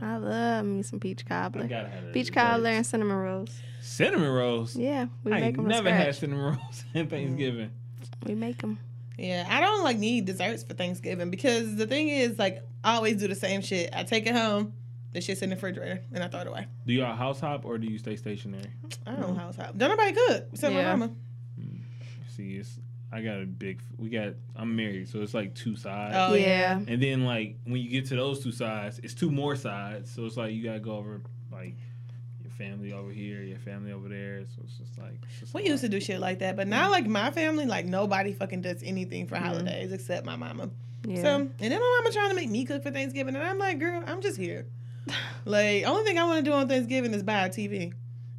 Speaker 3: I love me some peach cobbler.
Speaker 5: I gotta have it.
Speaker 3: Oh, Peach
Speaker 5: Desserts.
Speaker 3: cobbler and cinnamon rolls.
Speaker 5: cinnamon rolls.
Speaker 3: Yeah, we
Speaker 5: I
Speaker 3: make
Speaker 5: ain't
Speaker 3: them.
Speaker 5: never
Speaker 3: scratch. Mm-hmm.
Speaker 5: had cinnamon rolls [laughs] in Thanksgiving.
Speaker 3: We make them.
Speaker 4: Yeah, I don't like need desserts for Thanksgiving because the thing is, like, I always do the same shit. I take it home, the shit's in the refrigerator, and I throw it away.
Speaker 5: Do y'all house hop or do you stay stationary?
Speaker 4: I don't
Speaker 5: Mm.
Speaker 4: know how it's happened. Don't nobody cook except
Speaker 3: Yeah.
Speaker 4: my mama.
Speaker 5: See, it's I got a big. We got. I'm married, so it's like two sides.
Speaker 4: Oh, yeah.
Speaker 3: yeah.
Speaker 5: And then like when you get to those two sides, it's two more sides. So it's like you gotta go over like your family over here, your family over there. So it's just like it's just a
Speaker 4: We used to
Speaker 5: lot.
Speaker 4: do shit like that, but
Speaker 5: Mm.
Speaker 4: now, like, my family, like, nobody fucking does anything for holidays except my mama.
Speaker 3: Yeah.
Speaker 4: So, and then my mama trying to make me cook for Thanksgiving, and I'm like, girl, I'm just here. Like, only thing I want to do on Thanksgiving is buy a TV.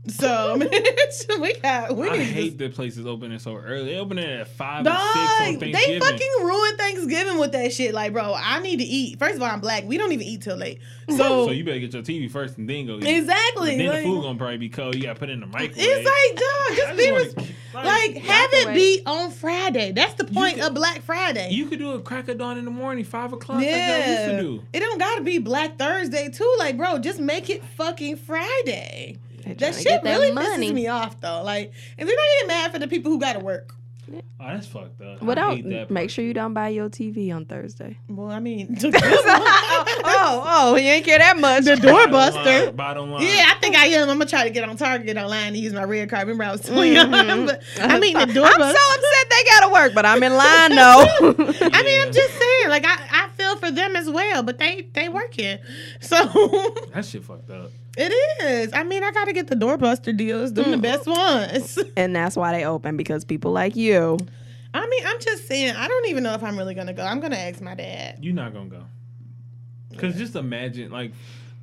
Speaker 4: So, [laughs] bitch, we got, we
Speaker 5: I
Speaker 4: need to
Speaker 5: hate that places opening so early. They open it at five or six on
Speaker 4: Dog, they
Speaker 5: Thanksgiving.
Speaker 4: fucking ruined Thanksgiving with that shit. Like, bro, I need to eat. First of all, I'm black. We don't even eat till
Speaker 5: [laughs]
Speaker 4: late. So,
Speaker 5: so you better get your TV first and then go. Eat.
Speaker 4: exactly.
Speaker 5: But then
Speaker 4: like,
Speaker 5: the food gonna probably be cold. You gotta put it in the microwave.
Speaker 4: it's like, dog,
Speaker 5: I
Speaker 4: just
Speaker 5: just
Speaker 4: be
Speaker 5: wanna-
Speaker 4: res- like, have it be on Friday. That's the point
Speaker 5: could-
Speaker 4: of Black Friday.
Speaker 5: you could do a crack of dawn in the morning, five o'clock. Yeah. Like y'all used
Speaker 4: yeah,
Speaker 5: to do.
Speaker 4: it don't gotta be Black Thursday too. Like, bro, just make it fucking Friday.
Speaker 3: They tryna
Speaker 4: That
Speaker 3: get
Speaker 4: shit really
Speaker 3: money.
Speaker 4: pisses me off though. Like, and then I get mad for the people who gotta work.
Speaker 5: Oh, that's fucked up.
Speaker 3: Well,
Speaker 5: I hate that
Speaker 3: don't make
Speaker 5: part.
Speaker 3: sure you don't buy your TV on Thursday.
Speaker 4: Well, I mean,
Speaker 3: [laughs]
Speaker 4: [laughs]
Speaker 3: oh, oh, you ain't care that much. The [laughs]
Speaker 4: door
Speaker 5: Bottom line,
Speaker 4: buster.
Speaker 5: Bottom line.
Speaker 4: Yeah, I think I am. I'm gonna try to get on Target online to use my red card. Remember, I was telling you. but,
Speaker 3: Mm-hmm.
Speaker 4: [laughs] I mean, the door. [laughs]
Speaker 3: I'm so upset they gotta work, but I'm in line though. [laughs]
Speaker 4: I mean, I'm just saying. Like, I, I feel for for them as well, but they they working. [laughs] So [laughs]
Speaker 5: That shit fucked up.
Speaker 4: it is. I mean, I gotta get the doorbuster deals. Them
Speaker 3: Mm-hmm.
Speaker 4: the best ones. [laughs]
Speaker 3: And that's why they open because people like you.
Speaker 4: I mean, I'm just saying. I don't even know if I'm really gonna go. I'm gonna ask my dad.
Speaker 5: You're not gonna go. Cause just imagine, like,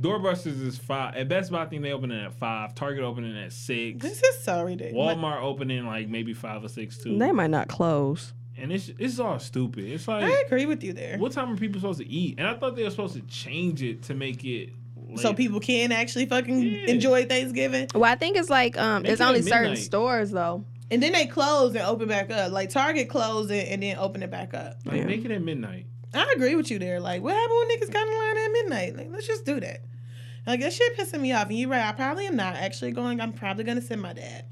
Speaker 5: doorbusters is five. At Best Buy, I think they opening at five. Target opening at six.
Speaker 4: This is so ridiculous.
Speaker 5: Walmart opening like maybe five or six too.
Speaker 3: They might not close.
Speaker 5: And it's it's all stupid. It's like,
Speaker 4: I agree with you there.
Speaker 5: what time are people supposed to eat? And I thought they were supposed to change it to make it.
Speaker 4: So
Speaker 5: later.
Speaker 4: people can actually fucking
Speaker 5: Yeah.
Speaker 4: enjoy Thanksgiving,
Speaker 3: Well, I think it's like um,
Speaker 5: Make
Speaker 3: it's
Speaker 5: it at
Speaker 3: only certain
Speaker 5: midnight.
Speaker 3: stores though.
Speaker 4: and then they close and open back up. Like Target closed it and then open it back up.
Speaker 5: like,
Speaker 3: Yeah.
Speaker 5: make it at midnight.
Speaker 4: I agree with you there. Like, what happened when niggas got in line at midnight? Like, let's just do that. Like, that shit pissing me off. And you're right. I probably am not actually going. I'm probably gonna send my dad.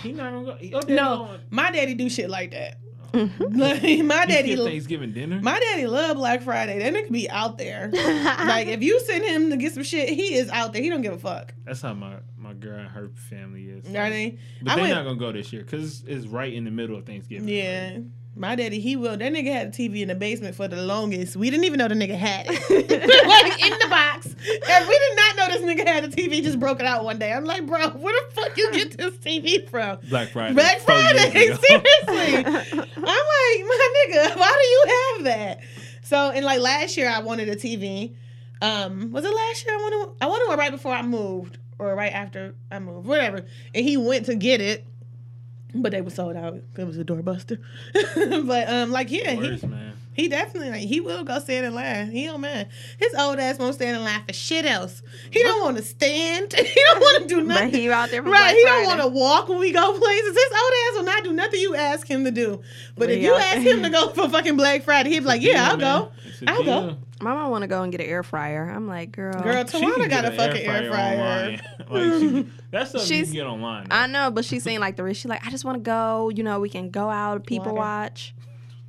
Speaker 5: He not gonna go. He oh, up there
Speaker 4: No,
Speaker 5: going,
Speaker 4: my daddy do shit like that. [laughs] like, my
Speaker 5: "You skip
Speaker 4: daddy,
Speaker 5: Thanksgiving dinner.
Speaker 4: my daddy love Black Friday. That nigga be out there. like, if you send him to get some shit, he is out there. He don't give a fuck.
Speaker 5: That's how my my girl and her family is.
Speaker 4: You know what I
Speaker 5: Like,
Speaker 4: mean?
Speaker 5: But
Speaker 4: I
Speaker 5: they're
Speaker 4: went-
Speaker 5: not gonna go this year because it's right in the middle of Thanksgiving.
Speaker 4: Yeah. My daddy, he will. That nigga had a TV in the basement for the longest. We didn't even know the nigga had it. like in the box. And we did not know this nigga had a TV, just broke it out one day. I'm like, bro, where the fuck you get this TV from?
Speaker 5: Black Friday.
Speaker 4: Black
Speaker 5: four years
Speaker 4: Friday, [laughs]
Speaker 5: ago.
Speaker 4: seriously. I'm like, my nigga, why do you have that? So, and like last year, I wanted a TV. Um, was it last year? I wanted, I wanted one right before I moved or right after I moved, whatever. And he went to get it, but they were sold out. It was a doorbuster. [laughs] but um, like yeah, he,
Speaker 5: [laughs] Worse, man.
Speaker 4: he definitely like he will go stand in line. He don't mind. His old ass won't stand in line for shit else. He
Speaker 5: [laughs]
Speaker 4: don't want to stand. [laughs] he don't want to do nothing.
Speaker 3: But he out there for
Speaker 4: Right,
Speaker 3: Black
Speaker 4: he don't want
Speaker 3: Friday.
Speaker 4: to walk when we go places. His old ass will not do nothing you ask him to do. But if
Speaker 3: We
Speaker 4: you
Speaker 3: out
Speaker 4: ask
Speaker 3: there.
Speaker 4: him to go for fucking Black Friday, he'd be like, "Yeah, I'll
Speaker 5: man.
Speaker 4: go."
Speaker 5: It's a
Speaker 4: I'll go.
Speaker 5: deal.
Speaker 3: My mom want to go and get an air fryer. I'm like, girl,
Speaker 4: Girl,
Speaker 5: She can
Speaker 4: Tawana got
Speaker 5: get
Speaker 4: a
Speaker 5: an
Speaker 4: fucking air fryer.
Speaker 5: online. [laughs] like she, that's something you
Speaker 3: She's-
Speaker 5: can get online.
Speaker 3: I know, but she's saying like the risk. She's like, I just want to go. You know, we can go out, people
Speaker 4: Water.
Speaker 3: watch.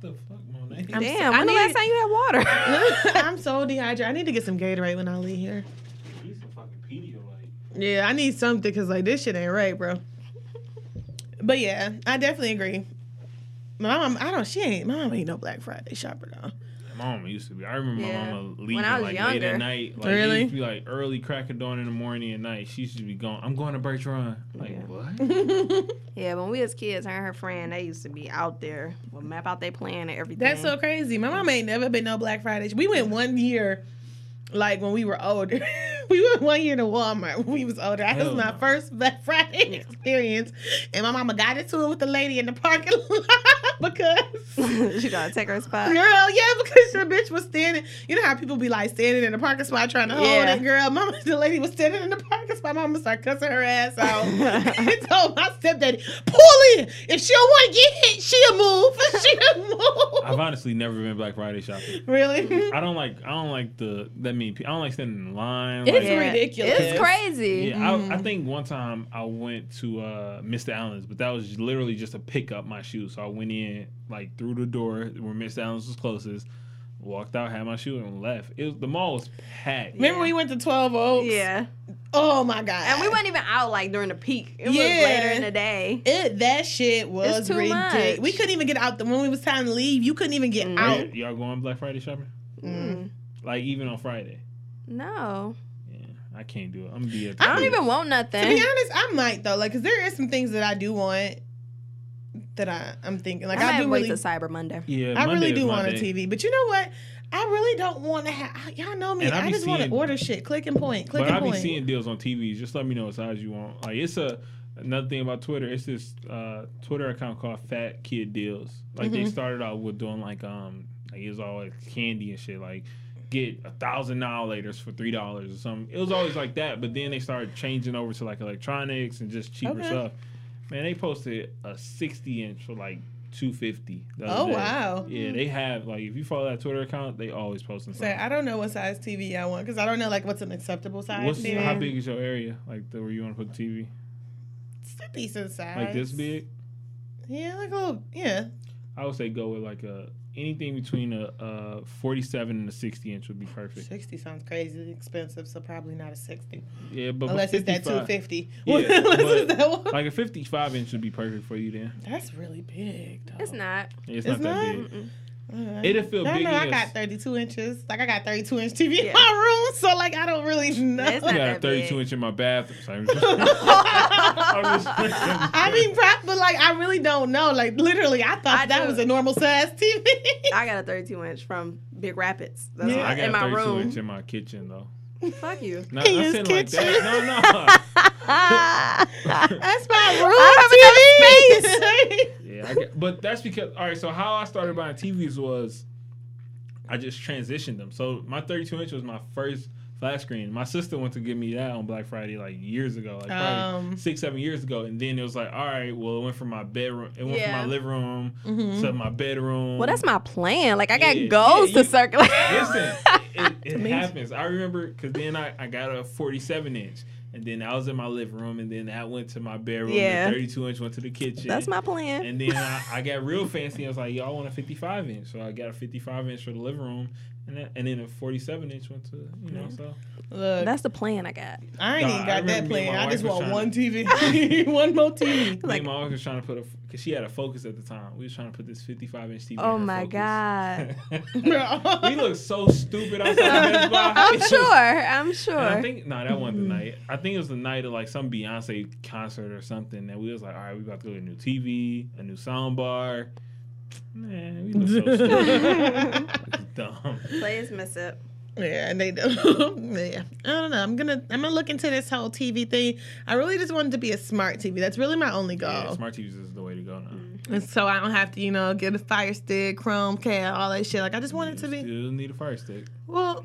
Speaker 5: what the fuck, Monet?
Speaker 4: I'm
Speaker 3: Damn,
Speaker 4: so- I
Speaker 3: when the
Speaker 4: need-
Speaker 3: last time you had water?
Speaker 4: [laughs] I'm so dehydrated. I need to get some Gatorade when I leave here.
Speaker 5: She's a fucking Pedialyte.
Speaker 4: Yeah, I need something because like this shit ain't right, bro. But yeah, I definitely agree. My mom, I don't. She ain't. My mom ain't no Black Friday shopper though.
Speaker 5: My mama used to be. I remember
Speaker 3: Yeah.
Speaker 5: my mama
Speaker 3: When
Speaker 5: leaving
Speaker 3: I was
Speaker 5: like late
Speaker 3: younger.
Speaker 5: at night. Like, it
Speaker 4: Really?
Speaker 5: used to be like early crack of dawn in the morning and night. She used to be going. I'm going to Bertrand. Like
Speaker 3: Yeah.
Speaker 5: what?
Speaker 3: [laughs] yeah, when we was kids, her and her friend, they used to be out there, would map out their plan and everything.
Speaker 4: That's
Speaker 5: Mm-hmm.
Speaker 4: so crazy. My mom ain't never been no Black Friday. We went one year, like when we were older. [laughs] we went one year to Walmart when we was older. That was
Speaker 5: Hell
Speaker 4: my
Speaker 5: no.
Speaker 4: first Black Friday experience, and my mama got into it with the lady in the parking [laughs] lot because.
Speaker 3: [laughs] she gotta take her spot.
Speaker 4: Girl, yeah, because the bitch was standing. You know how people be like standing in the parking spot trying to hold
Speaker 3: Yeah.
Speaker 4: it. Girl, mama, the lady was standing in the parking spot. Mama started cussing her ass
Speaker 5: [laughs]
Speaker 4: out. [laughs] and told my stepdaddy, pull in. If she don't want to get hit, she'll move. [laughs] she'll move.
Speaker 5: I've honestly never been Black Friday shopping.
Speaker 4: Really?
Speaker 5: I don't like. I don't like the that mean. pe- I don't like standing in line.
Speaker 4: It's
Speaker 5: like,
Speaker 3: Yeah.
Speaker 4: ridiculous.
Speaker 3: It's crazy.
Speaker 5: Yeah, I, I think one time I went to uh, Mr. Allen's, but that was literally just to pick up my shoes. So I went in like through the door where Mr. Allen's was closest, walked out, had my shoe, and left. It was, the mall was packed.
Speaker 4: Remember we went to 12 Oaks?
Speaker 3: Yeah.
Speaker 4: Oh my God.
Speaker 3: And we weren't even out like during the peak. It was
Speaker 4: Yeah.
Speaker 3: later in the day.
Speaker 4: It, that shit was
Speaker 3: It's too
Speaker 4: ridiculous.
Speaker 3: much. Mm-hmm.
Speaker 4: We couldn't even get out the when we was time to leave. You couldn't even get
Speaker 5: Are
Speaker 4: out.
Speaker 5: y- y'all going Black Friday shopping?
Speaker 3: Mm.
Speaker 5: Like even on Friday?
Speaker 3: No.
Speaker 5: Yeah, I can't do it. I'm gonna be at. the
Speaker 3: I don't
Speaker 5: crib.
Speaker 3: even want
Speaker 4: To be
Speaker 3: nothing.
Speaker 4: honest, I might though, like, cause there is some things that I do want that I I'm thinking, like,
Speaker 3: I
Speaker 4: I,
Speaker 3: might
Speaker 4: do
Speaker 3: wait
Speaker 4: really,
Speaker 3: to Cyber Monday.
Speaker 5: Yeah,
Speaker 4: I
Speaker 5: Monday
Speaker 4: really
Speaker 5: is
Speaker 4: do
Speaker 5: my
Speaker 4: want a
Speaker 5: day.
Speaker 4: TV. But you know what? I really don't want to have. Y'all know me.
Speaker 5: And I
Speaker 4: I,
Speaker 5: be
Speaker 4: just want to
Speaker 5: seeing-
Speaker 4: order shit, click and point, click
Speaker 5: But I
Speaker 4: and
Speaker 5: be
Speaker 4: point.
Speaker 5: seeing deals on TV. Just let me know what size you want. Like it's a another thing about Twitter. It's this uh, Twitter account called Fat Kid Deals. Like
Speaker 4: Mm-hmm.
Speaker 5: they started out with doing like um like it was always candy and shit like. Get a thousand dollars for three dollars or something. It was always like that, but then they started changing over to like electronics and just cheaper
Speaker 4: Okay.
Speaker 5: stuff. Man, they posted a sixty inch for like two fifty.
Speaker 4: Oh, wow.
Speaker 5: Yeah, they have like if you follow that Twitter account, they always posting
Speaker 4: So
Speaker 5: something.
Speaker 4: I don't know what size TV I want because I don't know like what's an acceptable size.
Speaker 5: What's
Speaker 4: TV.
Speaker 5: how big is your area? Like the, where you want to put the TV?
Speaker 4: It's a decent size.
Speaker 5: Like this big?
Speaker 4: Yeah, like a little. Yeah.
Speaker 5: I would say go with like a anything between a, a 47 and a 60 inch would be perfect.
Speaker 4: 60 sounds crazy expensive, so probably not a 60.
Speaker 5: Yeah, but
Speaker 4: Unless it's that
Speaker 5: 55
Speaker 4: 250.
Speaker 5: Yeah,
Speaker 4: [laughs] Unless it's
Speaker 5: but-
Speaker 4: that one.
Speaker 5: Like a 55 inch would be perfect for you then.
Speaker 4: That's really big, dog.
Speaker 3: It's not.
Speaker 5: It's,
Speaker 4: It's
Speaker 5: not, that
Speaker 4: not?
Speaker 5: big. It'd feel
Speaker 4: No,
Speaker 5: big
Speaker 4: no, I
Speaker 5: as-
Speaker 4: got 32 inches. Like I got 32 inch TV
Speaker 3: Yeah.
Speaker 4: in my room, so like I don't really know.
Speaker 3: It's
Speaker 5: I
Speaker 3: not-
Speaker 5: got a
Speaker 3: that
Speaker 5: 32
Speaker 3: big.
Speaker 5: inch in my bathroom. So
Speaker 4: [laughs]
Speaker 5: I'm just, I'm just-
Speaker 4: I mean, prop, but like I really don't know. Like literally, I thought
Speaker 3: I
Speaker 4: that
Speaker 3: do.
Speaker 4: was a normal size
Speaker 3: [laughs]
Speaker 4: [laughs] TV.
Speaker 3: I got a 32 inch from Big Rapids. That's
Speaker 5: I
Speaker 3: what-
Speaker 5: got
Speaker 3: in
Speaker 5: a
Speaker 3: my
Speaker 5: 32
Speaker 3: room.
Speaker 5: inch in my kitchen though.
Speaker 3: Fuck [laughs] you.
Speaker 5: Not,
Speaker 4: In
Speaker 5: not
Speaker 4: his
Speaker 5: saying like
Speaker 4: kitchen.
Speaker 5: that.
Speaker 4: That's my room
Speaker 3: I
Speaker 4: TV.
Speaker 5: No, no. yeah, I get, but that's because all right. So how I started buying TVs was I just transitioned them. So my 32 inch was my first flat screen. My sister went to give me that on Black Friday like years ago, like probably
Speaker 4: Um.
Speaker 5: six, seven years ago. And then it was like, all right, well, it went from my bedroom, it went
Speaker 3: Yeah. Mm-hmm.
Speaker 5: from my living room to my
Speaker 3: [laughs]
Speaker 5: bedroom.
Speaker 3: Well, that's my plan. Like I got
Speaker 5: Yeah,
Speaker 3: goals
Speaker 5: yeah, you-
Speaker 3: to
Speaker 5: [laughs]
Speaker 3: circulate.
Speaker 5: Listen, it, it happens. I remember because then I, I got a 47 inch, and then I was in my living room, and then that went to my bedroom.
Speaker 3: Yeah.
Speaker 5: The 32 inch went to the
Speaker 3: [laughs]
Speaker 5: kitchen.
Speaker 3: That's my plan.
Speaker 5: And then I, I got real fancy. I was like, y'all want a 55 inch. So I got a 55 inch for the living room, and, that, and then a 47 inch went to, you know, so.
Speaker 4: [laughs] Look,
Speaker 3: That's the plan I got.
Speaker 4: I ain't
Speaker 5: Nah,
Speaker 4: even
Speaker 5: I
Speaker 4: got that
Speaker 5: remember me and
Speaker 4: plan.
Speaker 5: my
Speaker 4: I just
Speaker 5: wife was
Speaker 4: want
Speaker 5: tryna-
Speaker 4: one
Speaker 5: [laughs]
Speaker 4: TV, [laughs] one more
Speaker 3: [laughs]
Speaker 4: TV.
Speaker 5: Like, me and my wife was trying to put a, because she had a Focus at the time. We was trying to put this 55 inch TV in
Speaker 3: Oh
Speaker 5: her
Speaker 3: my
Speaker 5: Focus.
Speaker 3: god. [laughs]
Speaker 5: [laughs] we look so stupid outside Best Buy.
Speaker 3: [laughs] I'm
Speaker 5: It was
Speaker 3: sure. I'm
Speaker 5: And I
Speaker 3: sure. Mm-hmm.
Speaker 5: think no, that wasn't the night. I think it was the night of like some Beyonce concert or something. And we was like, all right, we about to go get a new TV, a new sound bar. Man, we
Speaker 3: [laughs]
Speaker 5: look so stupid. It's dumb.
Speaker 3: Please miss [laughs] it.
Speaker 4: Yeah, and they do. [laughs] yeah, I don't know. I'm gonna I'm gonna look into this whole TV thing. I really just wanted to be a smart TV. That's really my only goal.
Speaker 5: Yeah, smart TVs is the way to go now.
Speaker 4: and so I don't have to, you know, get a Fire Stick, Chromecast, all that shit. Like I just wanted to be.
Speaker 5: Still need a fire stick.
Speaker 4: Well,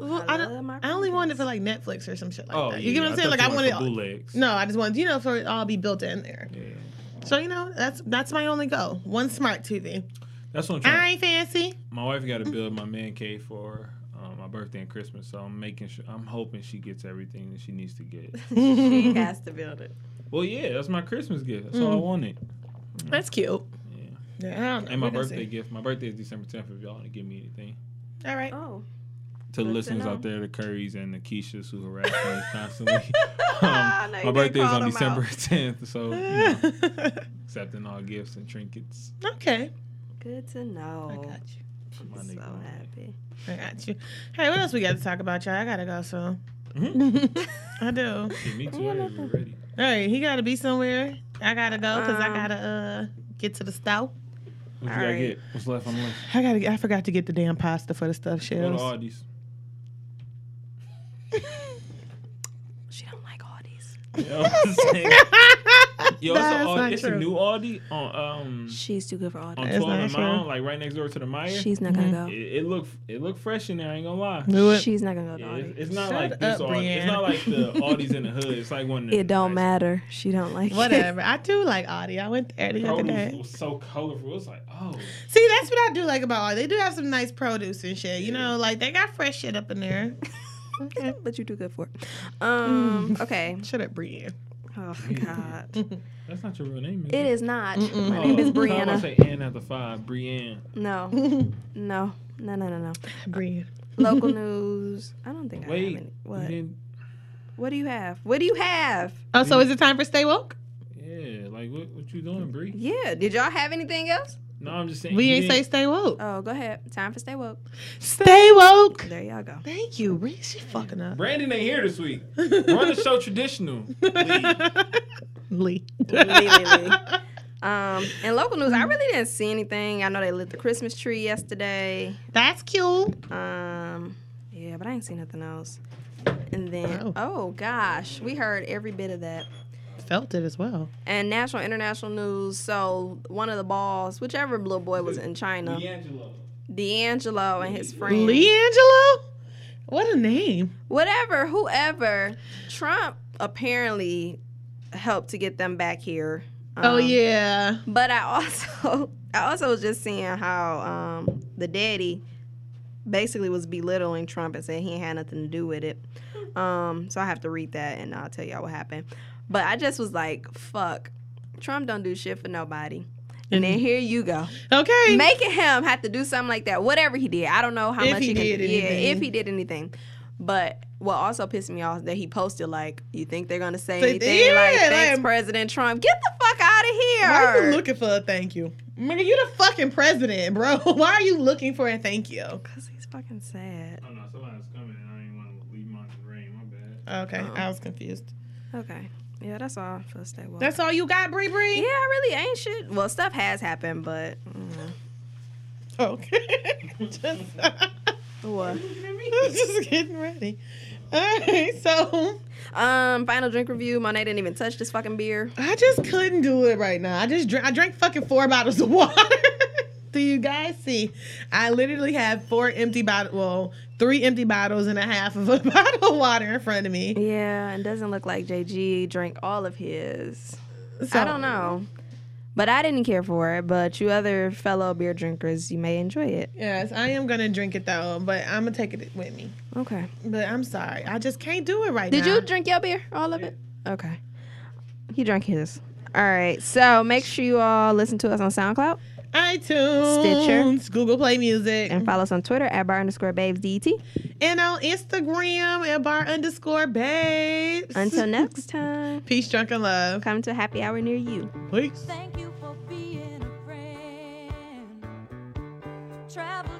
Speaker 4: well
Speaker 3: I
Speaker 4: I,
Speaker 3: love
Speaker 4: don't.
Speaker 3: my
Speaker 4: I only wanted
Speaker 3: Chromecast.
Speaker 4: for like Netflix or some shit like
Speaker 5: Oh,
Speaker 4: that.
Speaker 5: yeah,
Speaker 4: You get what I'm saying? Like
Speaker 5: thought
Speaker 4: I
Speaker 5: you wanted
Speaker 4: wanted.
Speaker 5: for bootlegs.
Speaker 4: No, I just wanted, you know, for it all be built in there.
Speaker 5: Yeah.
Speaker 4: So you know, that's that's my only goal. One smart TV.
Speaker 5: That's what I'm trying.
Speaker 4: I ain't fancy.
Speaker 5: My wife got to build my man cave for um, my birthday and Christmas, so I'm making sure. I'm hoping she gets everything that she needs
Speaker 4: [laughs]
Speaker 5: to get.
Speaker 3: She has to build it.
Speaker 5: well, yeah, that's my Christmas gift. That's
Speaker 4: Mm.
Speaker 5: all I wanted.
Speaker 4: That's cute.
Speaker 5: Yeah.
Speaker 4: Yeah, I don't know.
Speaker 5: And my
Speaker 4: We gonna
Speaker 5: birthday
Speaker 4: see.
Speaker 5: gift. My birthday is December 10th. If y'all want to give me anything.
Speaker 4: All right.
Speaker 3: Oh.
Speaker 5: to the
Speaker 3: Good to
Speaker 5: listeners
Speaker 3: know.
Speaker 5: out there, the Currys and the Keishas who harass
Speaker 4: [laughs]
Speaker 5: me
Speaker 3: Um, [laughs]
Speaker 5: constantly. [laughs]
Speaker 4: Ah,
Speaker 3: I know
Speaker 5: Um,
Speaker 3: you
Speaker 5: my
Speaker 3: did
Speaker 5: birthday is
Speaker 3: call
Speaker 5: on
Speaker 3: them
Speaker 5: December
Speaker 3: out.
Speaker 5: [laughs] 10th, so Oh, you
Speaker 4: [laughs]
Speaker 5: know, accepting all gifts and trinkets.
Speaker 4: okay.
Speaker 3: Good to know.
Speaker 4: I got you.
Speaker 5: My
Speaker 3: I'm
Speaker 5: nigga,
Speaker 3: so
Speaker 5: man.
Speaker 3: happy.
Speaker 4: I got you. Hey, what else we got to talk about, y'all? I gotta go, so I do. All
Speaker 5: Yeah, me too. I ain't even ready.
Speaker 4: right, he gotta be somewhere. I gotta go because I
Speaker 3: Um,
Speaker 4: gotta uh get to the stove.
Speaker 5: What
Speaker 3: All
Speaker 5: you gotta
Speaker 3: right.
Speaker 5: get? What's left on the list?
Speaker 4: I gotta. Get, I forgot to get the damn pasta for the stuffed
Speaker 5: Go to
Speaker 4: [laughs] shells.
Speaker 5: Aldi's.
Speaker 3: She don't like all these.
Speaker 5: [laughs] You know what I'm saying? Yo, it's, a,
Speaker 4: That's
Speaker 5: Aldi,
Speaker 4: not
Speaker 5: it's a
Speaker 4: true.
Speaker 5: new Aldi on um
Speaker 3: She's too good for all
Speaker 5: on
Speaker 3: this.
Speaker 4: That's
Speaker 5: 12 and
Speaker 4: not
Speaker 5: Mile,
Speaker 4: true.
Speaker 5: like right next door to the Meyer. It,
Speaker 3: She's not gonna
Speaker 5: it looked it looked fresh in there. I ain't gonna lie.
Speaker 4: Do
Speaker 3: go.
Speaker 4: it.
Speaker 3: She's not gonna go to
Speaker 5: Yeah,
Speaker 3: all
Speaker 5: it's,
Speaker 3: these.
Speaker 5: it's not
Speaker 4: Shut
Speaker 5: like this
Speaker 4: up,
Speaker 5: Aldi. It's not
Speaker 3: [laughs]
Speaker 5: like the Aldi's in the hood. It's like one. Of the
Speaker 3: It don't
Speaker 5: nice-
Speaker 3: matter. She don't like [laughs] it.
Speaker 4: Whatever. I do like Audi. I went there the other
Speaker 5: Produce
Speaker 4: day.
Speaker 5: was so colorful. It was like oh.
Speaker 4: See, that's what I do like about Audi. They do have some nice produce and shit. You know, like they got fresh shit up in there. Okay. Mm.
Speaker 3: But you do good for it. Um. Okay.
Speaker 4: Shut up, Brienne.
Speaker 5: [laughs]
Speaker 3: Oh God.
Speaker 5: That's not your real name. Is Oh,
Speaker 3: It is not. My name is
Speaker 5: I was
Speaker 3: Brianna.
Speaker 5: gonna say Ann after five. Brianne. [laughs]
Speaker 3: No. No. No. No. No. No.
Speaker 4: Brienne.
Speaker 3: Local news. I don't think I have
Speaker 5: Wait.
Speaker 3: any.
Speaker 5: you
Speaker 3: What?
Speaker 5: didn't-
Speaker 3: What do you have? What do you have?
Speaker 4: Oh, so is it time for Stay Woke?
Speaker 5: Yeah. Like what? What you doing, Bree?
Speaker 3: Yeah. Did y'all have anything else?
Speaker 5: No, I'm just saying.
Speaker 4: We
Speaker 5: you
Speaker 4: ain't say
Speaker 5: didn't-
Speaker 4: Stay Woke.
Speaker 3: Oh, go ahead. Time for stay woke.
Speaker 4: Stay Woke.
Speaker 3: There y'all
Speaker 5: [laughs]
Speaker 3: go.
Speaker 4: Thank you, Bree. She fucking up.
Speaker 5: Brandon ain't here this
Speaker 3: [laughs]
Speaker 5: week. Run the show traditional.
Speaker 4: Lee.
Speaker 5: Lee.
Speaker 3: Immediately. Um, in local news, I really didn't see anything. I know they lit the Christmas tree yesterday.
Speaker 4: That's cute.
Speaker 3: Um, yeah, but I ain't seen nothing else. And then,
Speaker 4: Oh.
Speaker 3: oh gosh, we heard every bit of that.
Speaker 4: Felt it as well.
Speaker 3: and national international news. So one of the balls, whichever little boy was in China,
Speaker 5: D'Angelo.
Speaker 3: D'Angelo and his friend,
Speaker 4: Leangelo? What a name.
Speaker 3: whatever, whoever, Trump apparently helped to get them back here.
Speaker 4: oh,
Speaker 3: Um,
Speaker 4: yeah.
Speaker 3: But I also, [laughs] I also was just seeing how um, the daddy basically was belittling Trump and said he ain't had nothing to do with it. Um, so I have to read that and I'll tell y'all what happened. But I just was like, fuck, Trump don't do shit for nobody. And then here you go.
Speaker 4: [laughs] Okay.
Speaker 3: making him have to do something like that, whatever he did. I don't know how
Speaker 4: If
Speaker 3: much
Speaker 4: he
Speaker 3: he, can,
Speaker 4: did
Speaker 3: Yeah,
Speaker 4: anything.
Speaker 3: if he did anything. But what also pissed me off is that he posted like, "You think they're gonna say
Speaker 4: Say-
Speaker 3: anything?" like,
Speaker 4: yeah,
Speaker 3: "Thanks,
Speaker 4: like-
Speaker 3: President Trump, get the fuck out of here."
Speaker 4: Why are you looking for a thank you? Nigga, you the fucking president, bro. [laughs] Why are you looking for a thank you?
Speaker 3: Cause he's fucking sad.
Speaker 5: Oh no, somebody's coming and I didn't want to leave mine in the rain. My bad.
Speaker 4: Okay, I was confused.
Speaker 3: Um, Okay. Yeah, that's all for stay woke.
Speaker 4: That's all you got, Bree Bree?
Speaker 3: yeah, I really ain't shit. Well, stuff has happened, but mm,
Speaker 4: Okay. [laughs] just,
Speaker 3: what?
Speaker 4: [laughs] just getting ready. All right, so
Speaker 3: Um, final drink review. Monet didn't even touch this fucking beer.
Speaker 4: I just couldn't do it right now. I just drank, I drank fucking four bottles of [laughs] water. do you guys see? I literally have four empty bottles, well, three empty bottles and a half of a [laughs] bottle of water in front of me.
Speaker 3: Yeah, and doesn't look like JG drank all of his.
Speaker 4: So,
Speaker 3: I don't know. But I didn't care for it. But you other fellow beer drinkers, you may enjoy it.
Speaker 4: Yes, I am gonna drink it though, but I'm gonna take it with me.
Speaker 3: Okay.
Speaker 4: But I'm sorry, I just can't do it right
Speaker 3: Did
Speaker 4: now.
Speaker 3: you drink your beer? All of it? Okay. He drank his. All right. So make sure you all listen to us on SoundCloud
Speaker 4: iTunes, Stitcher, Google Play Music,
Speaker 3: and follow us on Twitter at bar underscore babes DT.
Speaker 4: and on Instagram at bar underscore babes.
Speaker 3: Until next time,
Speaker 4: peace, drunk, and love.
Speaker 3: come to a happy hour near you.
Speaker 4: Peace.
Speaker 7: Thank you for being a friend. Travel